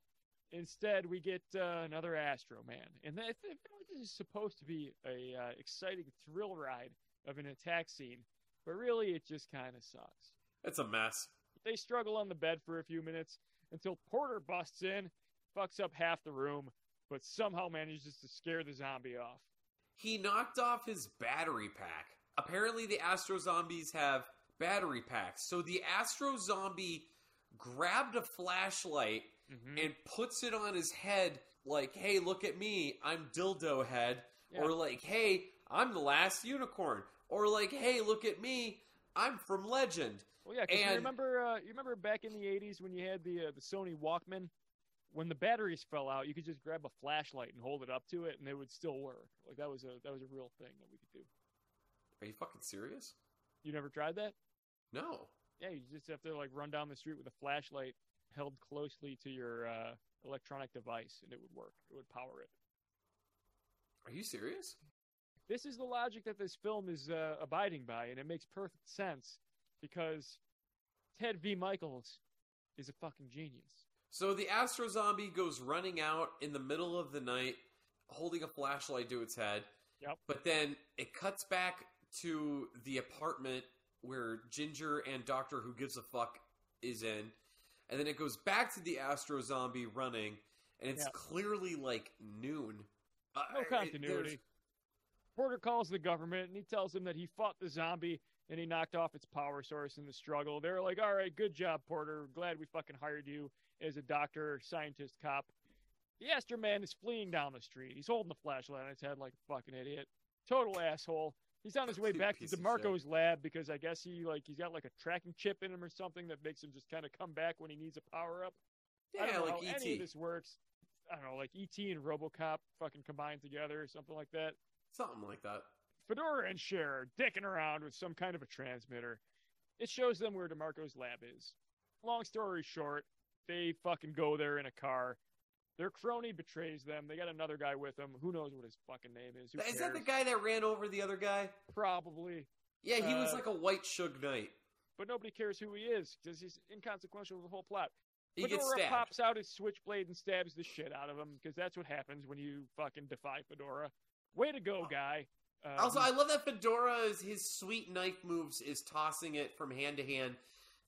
Instead, we get uh, another Astro Man, and that, I feel like this is supposed to be a uh, exciting thrill ride of an attack scene, but really, it just kind of sucks. It's a mess. They struggle on the bed for a few minutes until Porter busts in, fucks up half the room, but somehow manages to scare the zombie off. He knocked off his battery pack. Apparently, the Astro Zombies have battery packs. So the Astro Zombie grabbed a flashlight Mm-hmm. and puts it on his head like hey look at me i'm dildo head or Yeah. like hey i'm the last unicorn or like hey look at me i'm from legend Well, yeah, because you And- remember, uh, you remember back in the '80s when you had the uh, the Sony Walkman, when the batteries fell out, you could just grab a flashlight and hold it up to it, and it would still work. Like that was a that was a real thing that we could do. are you fucking serious You never tried that? no Yeah, you just have to like run down the street with a flashlight held closely to your uh, electronic device, and it would work. It would power it. are you serious This is the logic that this film is uh, abiding by, and it makes perfect sense because Ted V. Michaels is a fucking genius. So the Astro Zombie goes running out in the middle of the night, holding a flashlight to its head. Yep. But then it cuts back to the apartment where Ginger and Doctor Who Gives a Fuck is in. And then it goes back to the Astro Zombie running, and it's Yep. clearly like noon. Uh, No it- continuity. there's- Porter calls the government and he tells them that he fought the zombie and he knocked off its power source in the struggle. They're like, all right, good job, Porter. Glad we fucking hired you as a doctor, scientist, cop. The Aster Man is fleeing down the street. He's holding the flashlight on his head like a fucking idiot. Total asshole. He's on his way back to Piece of DeMarco's lab because I guess he like he's got like a tracking chip in him or something that makes him just kind of come back when he needs a power up. I yeah, don't know like E how ET. any of this works. I don't know, like ET and RoboCop fucking combined together or something like that. Something like that. Fedora and Cher are dicking around with some kind of a transmitter. It shows them where DeMarco's lab is. Long story short, they fucking go there in a car. Their crony betrays them. They got another guy with them. Who knows what his fucking name is? Who Is that the cares? guy that ran over the other guy? Probably. Yeah, he was Uh, like a white Suge Knight. But nobody cares who he is because he's inconsequential to the whole plot. He Fedora gets stabbed. pops out his switchblade and stabs the shit out of him because that's what happens when you fucking defy Fedora. Way to go, guy. Uh, Oh. Also, he's- I love that Fedora's his sweet knife moves is tossing it from hand to hand,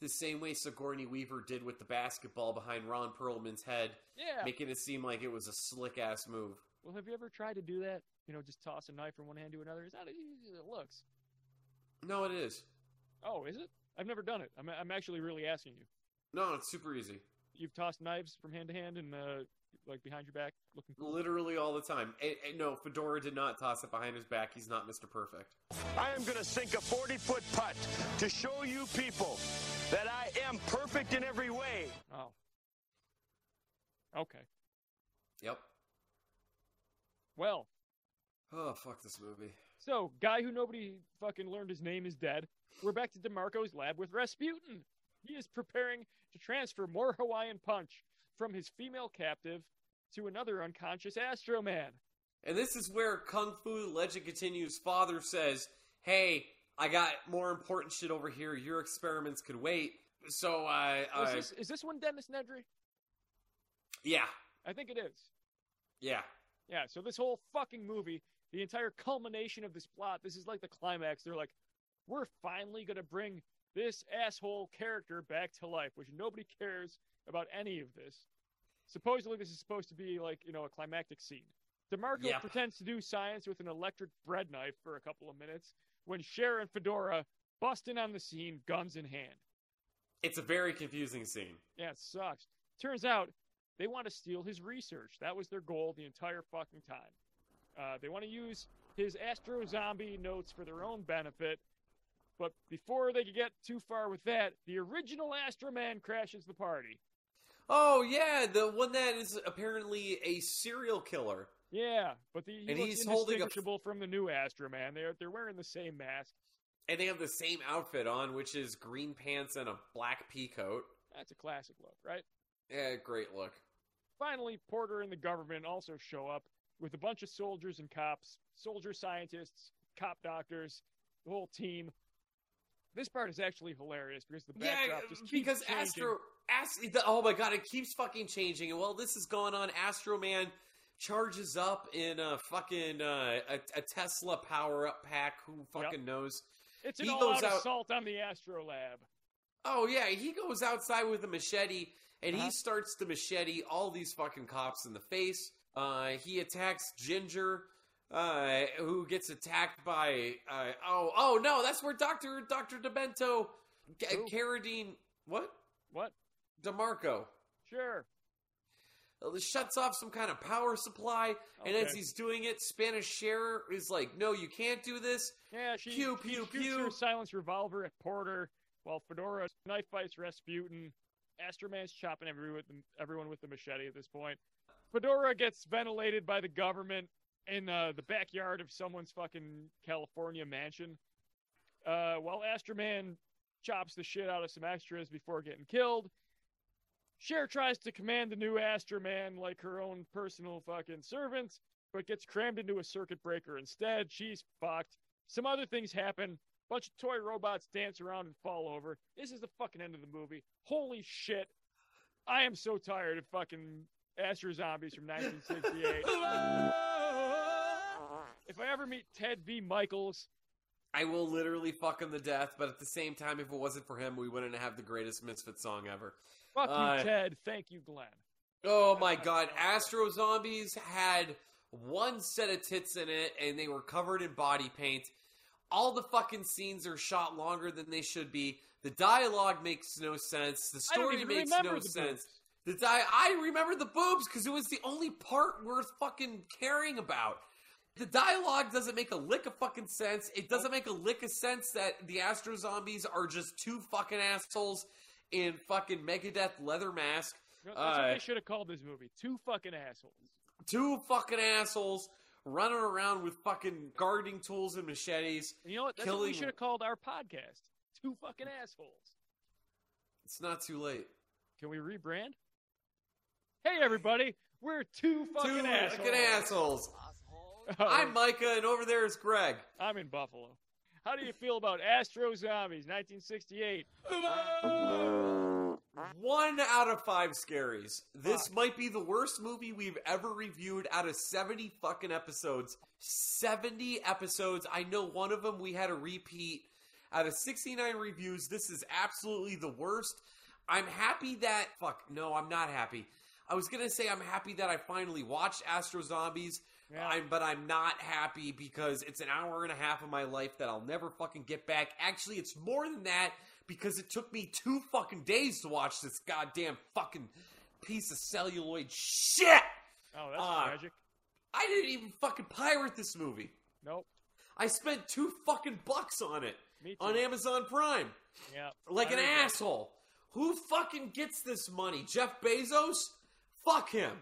the same way Sigourney Weaver did with the basketball behind Ron Perlman's head, yeah. making it seem like it was a slick ass move. Well, have you ever tried to do that? You know, just toss a knife from one hand to another. Is that easy as it looks? No, it is. Oh, is it? I've never done it. I'm, I'm actually really asking you. No, it's super easy. You've tossed knives from hand to hand and uh, like behind your back, looking. Literally all the time. And- and no, Fedora did not toss it behind his back. He's not Mr. Perfect. I am going to sink a 40 foot putt to show you people that I am perfect in every way. Oh. Okay. Yep. Well, Oh, fuck this movie. so guy who nobody fucking learned his name is dead. We're back to Demarco's lab with Rasputin. He is preparing to transfer more Hawaiian punch from his female captive to another unconscious Astro Man. And this is where Kung Fu Legend Continues father says, Hey, I got more important shit over here. Your experiments could wait. So uh, I. Is I this, is this one Dennis Nedry? yeah, I think it is. yeah. Yeah, so this whole fucking movie, the entire culmination of this plot, this is like the climax. They're like, we're finally going to bring this asshole character back to life, which nobody cares about any of this. Supposedly, this is supposed to be like, you know, a climactic scene. DeMarco Yep. pretends to do science with an electric bread knife for a couple of minutes when Cher and Fedora bust in on the scene, guns in hand. It's a very confusing scene. Yeah, it sucks. Turns out they want to steal his research. That was their goal the entire fucking time. Uh, they want to use his Astro Zombie notes for their own benefit. But before they could get too far with that, the original Astro Man crashes the party. Oh, yeah, the one that is apparently a serial killer. Yeah, but the he And looks he's holding a- indistinguishable from the new Astro Man. They're they're wearing the same mask. And they have the same outfit on, which is green pants and a black pea coat. That's a classic look, right? Yeah, great look. Finally, Porter and the government also show up with a bunch of soldiers and cops, soldier scientists, cop doctors, the whole team. This part is actually hilarious because the Yeah, backdrop just keeps because changing. Astro, Ast- the- oh my god, it keeps fucking changing. And while this is going on, Astro Man charges up in a fucking uh, a, a Tesla power up pack. Who fucking knows? it's an he all-out goes out- assault on the Astro Lab. Oh yeah, he goes outside with a machete and Uh-huh. he starts to machete all these fucking cops in the face. Uh, he attacks Ginger, uh, who gets attacked by uh, oh oh no, that's where Doctor Doctor Demento, G- Who? Carradine, what What? Demarco. Sure. uh, shuts off some kind of power supply, and as Okay. he's doing it, Spanish Cher is like, "No, you can't do this." Yeah, she, Pew, she pew, shoots pew. her silence revolver at Porter while Fedora knife fights Rasputin. Astroman's chopping every, with the, everyone with the machete at this point. Fedora gets ventilated by the government in uh, the backyard of someone's fucking California mansion. Uh, while Astroman chops the shit out of some extras before getting killed. Cher tries to command the new Astroman like her own personal fucking servant, but gets crammed into a circuit breaker instead. She's fucked. Some other things happen. Bunch of toy robots dance around and fall over. This is the fucking end of the movie. Holy shit. I am so tired of fucking Astro Zombies from 1968. if I ever meet Ted V. Michaels, I will literally fuck him to death, but at the same time, if it wasn't for him, we wouldn't have the greatest Misfit song ever. fuck Uh, you, Ted. Thank you, Glenn. Oh my god, Astro Zombies had one set of tits in it and they were covered in body paint. All the fucking scenes are shot longer than they should be. The dialogue makes no sense. The I don't story even makes remember no the sense. boobs. The di- I remember the boobs because it was the only part worth fucking caring about. The dialogue doesn't make a lick of fucking sense. It doesn't make a lick of sense that the Astro Zombies are just two fucking assholes in fucking Megadeth leather mask. You know, That's what Uh, they should have called this movie. Two fucking assholes. two fucking assholes running around with fucking gardening tools and machetes. And you know what? That's what we killing- should have called our podcast. Two fucking assholes. It's not too late. Can we rebrand? Hey, everybody. We're two fucking two assholes. fucking assholes. Oh, I'm Micah, and over there is Greg. I'm in Buffalo. How do you feel about Astro Zombies 1968? One out of five scaries. This might be the worst movie we've ever reviewed out of 70 fucking episodes. 70 episodes. I know one of them we had a repeat. Out of 69 reviews, this is absolutely the worst. I'm happy that. Fuck, no, I'm not happy. I was going to say I'm happy that I finally watched Astro Zombies. Yeah. I'm, but I'm not happy because it's an hour and a half of my life that I'll never fucking get back. Actually, it's more than that because it took me two fucking days to watch this goddamn fucking piece of celluloid shit. Oh, that's Ah. tragic. I didn't even fucking pirate this movie. Nope. I spent two fucking bucks on it Me too. on Amazon Prime yeah. like I an regret it. asshole. Who fucking gets this money? Jeff Bezos? Fuck him.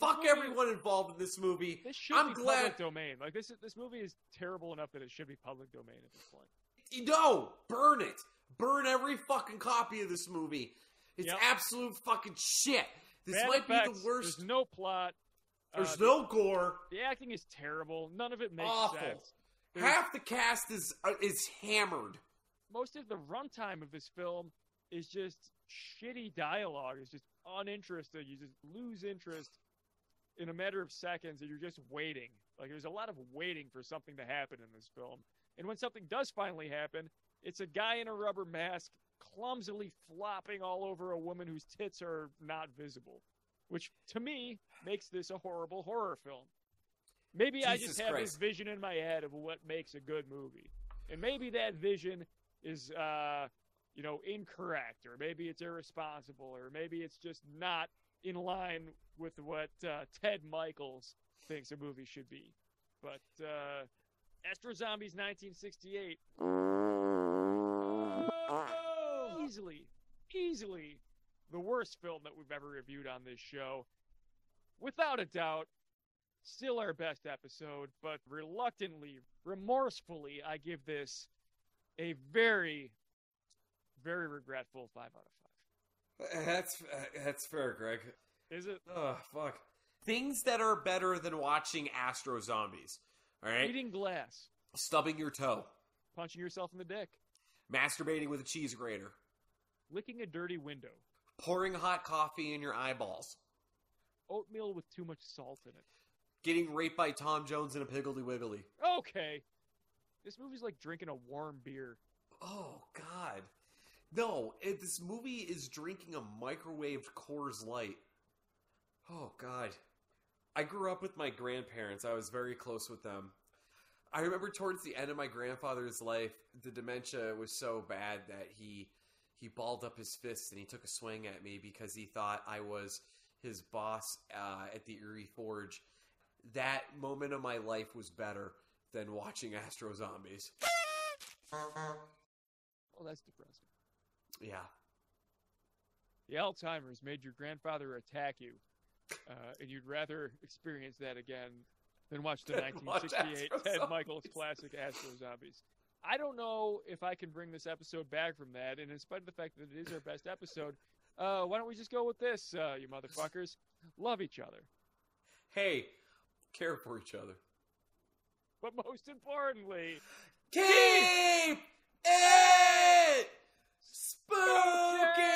Fuck everyone involved in this movie. This should I'm be glad. public domain. Like this, this movie is terrible enough that it should be public domain at this point. No, burn it. Burn every fucking copy of this movie. It's Yep. absolute fucking shit. This Bad might be effects, the worst. There's no plot. There's uh, no gore. The acting is terrible. None of it makes Awful. sense. There's- Half the cast is uh, is hammered. Most of the runtime of this film is just shitty dialogue. It's just uninterested. You just lose interest in a matter of seconds, and you're just waiting. Like there's a lot of waiting for something to happen in this film. And when something does finally happen, it's a guy in a rubber mask clumsily flopping all over a woman whose tits are not visible, which to me makes this a horrible horror film. Maybe I Jesus just have Christ. this vision in my head of what makes a good movie. And maybe that vision is, uh, you know, incorrect, or maybe it's irresponsible, or maybe it's just not in line with what uh, Ted Michaels thinks a movie should be. But uh, Astro Zombies 1968 easily, easily the worst film that we've ever reviewed on this show. Without a doubt, still our best episode, but reluctantly, remorsefully, I give this a very, very regretful five out of Uh, That's that's fair, Greg. five. Is it? Oh fuck. Things that are better than watching Astro Zombies. All right, Eating glass, stubbing your toe, punching yourself in the dick, masturbating with a cheese grater, licking a dirty window, pouring hot coffee in your eyeballs, oatmeal with too much salt in it. getting raped by Tom Jones in a Piggly Wiggly. Okay. This movie's like drinking a warm beer. Oh God, no! It, this movie is drinking a microwaved Coors Light. Oh God, I grew up with my grandparents. I was very close with them. I remember towards the end of my grandfather's life, the dementia was so bad that he he balled up his fists and he took a swing at me because he thought I was his boss uh, at the Erie Forge. That moment of my life was better than watching Astro Zombies. Oh, that's depressing. Yeah. The Alzheimer's made your grandfather attack you, uh, and you'd rather experience that again than watch the Than watch 1968 Astro Ted Zombies. Michaels classic Astro Zombies. I don't know if I can bring this episode back from that, and in spite of the fact that it is our best episode, uh, why don't we just go with this, uh, you motherfuckers? Love each other. Hey, care for each other. But most importantly, Keep it spooky. Spooky.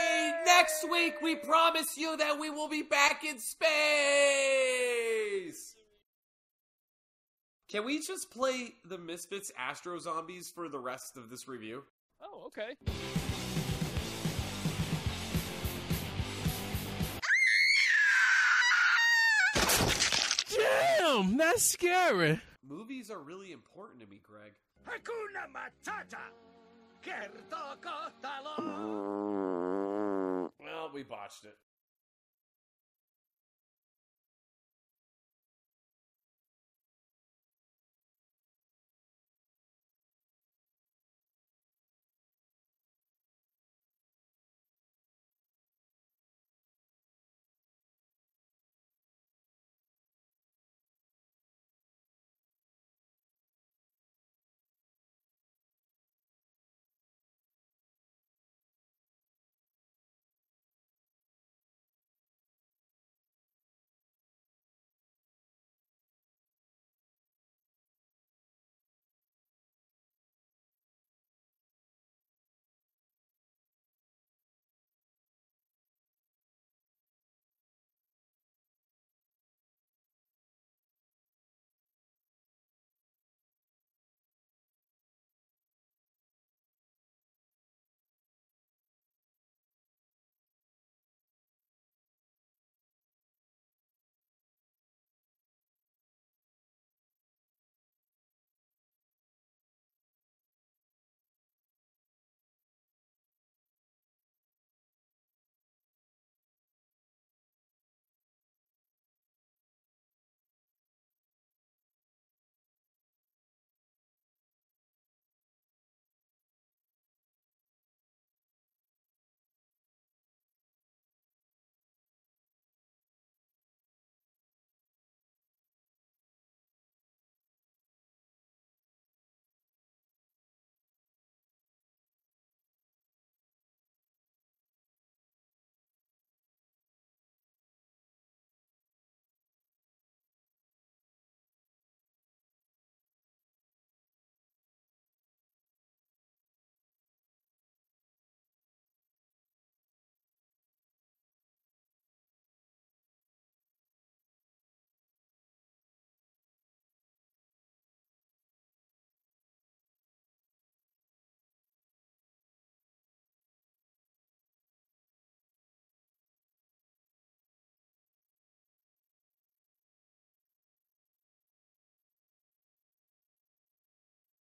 Next week, we promise you that we will be back in space. Can we just play the Misfits Astro Zombies for the rest of this review? oh, okay. Damn, that's scary. Movies are really important to me, Greg. Hakuna Matata! Kertokotalo! Well, we botched it.